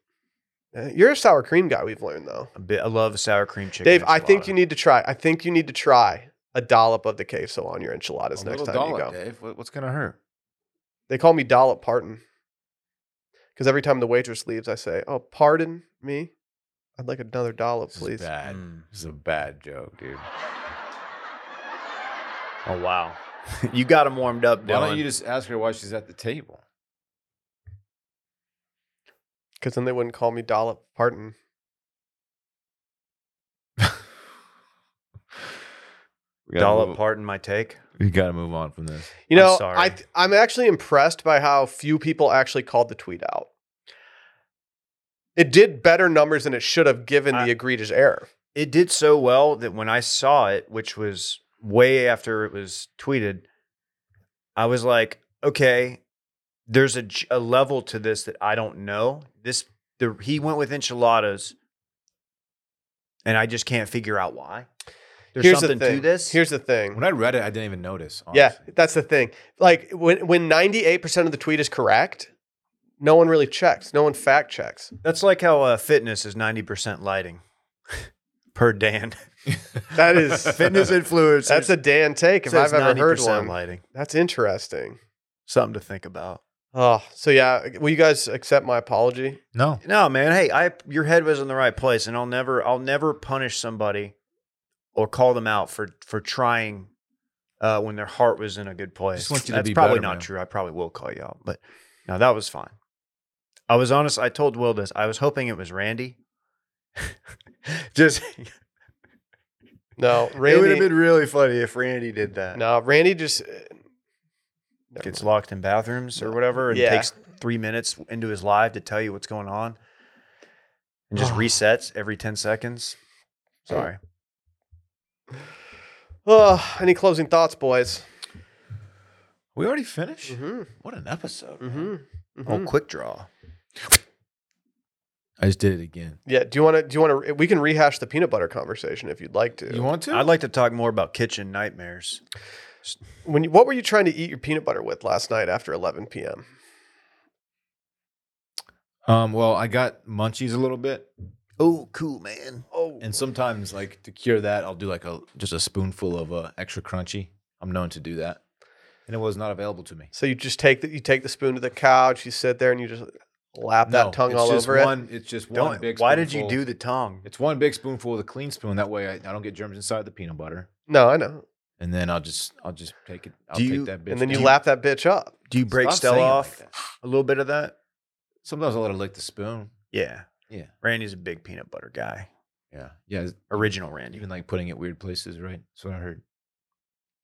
Speaker 1: Uh, You're a sour cream guy. We've learned though.
Speaker 2: A bit. I love sour cream chicken.
Speaker 1: Dave, I think
Speaker 2: enchilada.
Speaker 1: you need to try. I think you need to try a dollop of the queso on your enchiladas
Speaker 3: A
Speaker 1: next
Speaker 3: little
Speaker 1: time you
Speaker 3: dollop,
Speaker 1: go.
Speaker 3: Dave. What- What's gonna hurt?
Speaker 1: They call me Dollop Parton because every time the waitress leaves, I say, "Oh, pardon me, I'd like another dollop,
Speaker 3: This is
Speaker 1: please."
Speaker 3: bad.
Speaker 2: Mm.
Speaker 3: This is a bad joke, dude.
Speaker 2: Oh wow, you got him warmed up,
Speaker 3: Why
Speaker 2: Dylan.
Speaker 3: don't you just ask her why she's at the table?
Speaker 1: Because then they wouldn't call me Dollop Parton.
Speaker 3: We gotta
Speaker 2: dollop?
Speaker 3: move-
Speaker 2: Pardon my take.
Speaker 3: We got to move on from this.
Speaker 1: You
Speaker 2: I'm
Speaker 1: know,
Speaker 2: sorry.
Speaker 1: I th- I'm actually impressed by how few people actually called the tweet out. It did better numbers than it should have given
Speaker 2: I-
Speaker 1: the egregious error.
Speaker 2: It did so well that when I saw it, which was way after it was tweeted, I was like, okay, there's a, j- a level to this that I don't know. This the he went with enchiladas, and I just can't figure out why. There's
Speaker 1: Here's
Speaker 2: something
Speaker 1: the thing.
Speaker 2: to this.
Speaker 1: Here's the thing.
Speaker 3: When I read it, I didn't even notice.
Speaker 1: Yeah,
Speaker 3: honestly.
Speaker 1: that's the thing. Like when when ninety eight percent of the tweet is correct, no one really checks. No one fact checks.
Speaker 2: That's like how uh, fitness is ninety percent lighting per Dan.
Speaker 1: That is
Speaker 2: fitness influencers.
Speaker 1: that's a Dan take if I've
Speaker 2: says
Speaker 1: ever heard
Speaker 2: 90%
Speaker 1: one.
Speaker 2: Lighting.
Speaker 1: That's interesting.
Speaker 2: Something to think about.
Speaker 1: Oh, so yeah, will you guys accept my apology?
Speaker 3: No.
Speaker 2: No, man. Hey, I your head was in the right place, and I'll never, I'll never punish somebody or call them out for for trying uh, when their heart was in a good place.
Speaker 3: Just want you to
Speaker 2: That's
Speaker 3: be
Speaker 2: probably
Speaker 3: better,
Speaker 2: not
Speaker 3: man.
Speaker 2: true. I probably will call you out, but no, that was fine. I was honest. I told Will this. I was hoping it was Randy. Just
Speaker 1: No,
Speaker 2: it would have
Speaker 1: Randy.
Speaker 2: been really funny if Randy did that.
Speaker 1: no, Randy just uh, never
Speaker 2: gets
Speaker 1: mind.
Speaker 2: locked in bathrooms or whatever and
Speaker 1: Yeah.
Speaker 2: takes three minutes into his live to tell you what's going on and just resets every 10 seconds. Sorry.
Speaker 1: Oh, any closing thoughts, boys?
Speaker 3: We already finished?
Speaker 1: Mm-hmm.
Speaker 3: What an episode. man.
Speaker 1: Mm-hmm.
Speaker 3: Mm.
Speaker 2: Oh, quick draw.
Speaker 3: I just did it again.
Speaker 1: Yeah. Do you want to? Do you want to? We can rehash the peanut butter conversation if you'd like to.
Speaker 3: You want to?
Speaker 2: I'd like to talk more about kitchen nightmares.
Speaker 1: when? You, what were you trying to eat your peanut butter with last night after 11 p.m.?
Speaker 3: um, well, I got munchies a little bit,
Speaker 2: Oh, cool, man.
Speaker 1: Oh,
Speaker 3: and sometimes like to cure that, I'll do like a just a spoonful of uh, extra crunchy. I'm known to do that, and it was not available to me.
Speaker 1: so you just take the you take the spoon to the couch, you sit there, and you just lap that
Speaker 3: No,
Speaker 1: tongue
Speaker 3: it's
Speaker 1: all
Speaker 3: just
Speaker 1: over it.
Speaker 3: one, It's just one
Speaker 2: Don't,
Speaker 3: big.
Speaker 2: why did you
Speaker 3: spoonful.
Speaker 2: do the tongue?
Speaker 3: It's one big spoonful with a clean spoon. That way, I, I don't get germs inside the peanut butter.
Speaker 1: No, I know.
Speaker 3: And then I'll just I'll just take it. I'll
Speaker 2: Do
Speaker 3: take
Speaker 2: you-
Speaker 3: that bitch.
Speaker 1: And then you
Speaker 3: down.
Speaker 1: lap that bitch up.
Speaker 2: Do you break
Speaker 3: Stop
Speaker 2: Stella
Speaker 3: saying it
Speaker 2: off
Speaker 3: like that.
Speaker 2: a little bit of that?
Speaker 3: Sometimes I'll let her lick the spoon.
Speaker 2: Yeah.
Speaker 3: Yeah.
Speaker 2: Randy's a big peanut butter guy.
Speaker 3: Yeah, yeah.
Speaker 2: Original Randy.
Speaker 3: Even like putting it weird places, right? That's what I heard.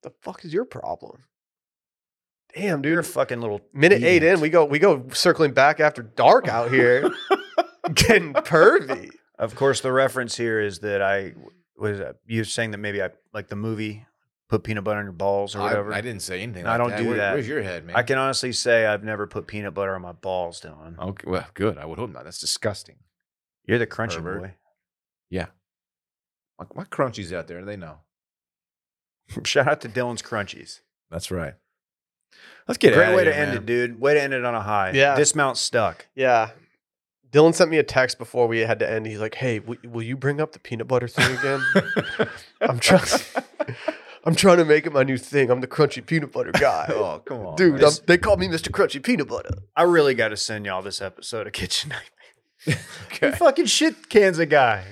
Speaker 1: The fuck is your problem? Damn, dude.
Speaker 2: You're a fucking little
Speaker 1: Minute eight
Speaker 2: idiot.
Speaker 1: in, we go we go circling back after dark out here, getting pervy.
Speaker 2: Of course, the reference here is that I was uh, you were saying that maybe I like the movie put peanut butter on your balls or
Speaker 3: I-
Speaker 2: whatever.
Speaker 3: I,
Speaker 2: I,
Speaker 3: didn't say anything.
Speaker 2: No, I
Speaker 3: like
Speaker 2: don't do
Speaker 3: Where-
Speaker 2: that.
Speaker 3: Where's your head, man? Oh,
Speaker 2: can honestly say I've never put peanut butter on my balls, Dylan.
Speaker 3: Okay, well, good. I would hope not. That's disgusting.
Speaker 2: You're the crunchy
Speaker 3: Pervert.
Speaker 2: boy.
Speaker 3: My, my crunchies out there, they know.
Speaker 2: Shout out to Dylan's Crunchies.
Speaker 3: That's right. Let's get
Speaker 2: Great
Speaker 3: outta
Speaker 2: way
Speaker 3: here,
Speaker 2: to end
Speaker 3: man.
Speaker 2: it, dude. Way to end it on a high.
Speaker 1: Yeah.
Speaker 2: Dismount stuck.
Speaker 1: Yeah. Dylan sent me a text before we had to end. He's like, "Hey, w- will you bring up the peanut butter thing again? I'm trying. I'm trying to make it my new thing. I'm the crunchy peanut butter guy,
Speaker 3: oh, come on.
Speaker 1: dude.
Speaker 3: man.
Speaker 1: I'm, they call me Mr. Crunchy Peanut Butter.
Speaker 2: I really got to send y'all this episode of Kitchen Nightmare. You
Speaker 3: Okay.
Speaker 2: fucking shit cans a guy.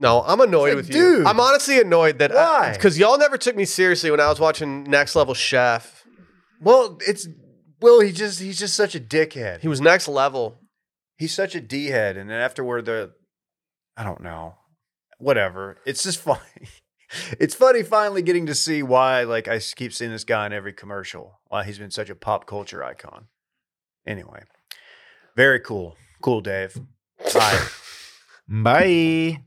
Speaker 1: No, I'm annoyed
Speaker 2: It's
Speaker 1: with
Speaker 2: like, dude.
Speaker 1: you. I'm honestly annoyed
Speaker 3: uh,
Speaker 1: that
Speaker 2: Why?
Speaker 1: Because y'all never took me seriously when I was watching Next Level Chef.
Speaker 2: Well, it's Will. He just he's just such a dickhead.
Speaker 1: He was next level.
Speaker 2: he's such a d head, and then afterward the, I don't know, whatever. It's just funny. It's funny finally getting to see why, like, I keep seeing this guy in every commercial. Why he's been such a pop culture icon. Anyway, very cool. Cool, Dave. Bye.
Speaker 3: Bye.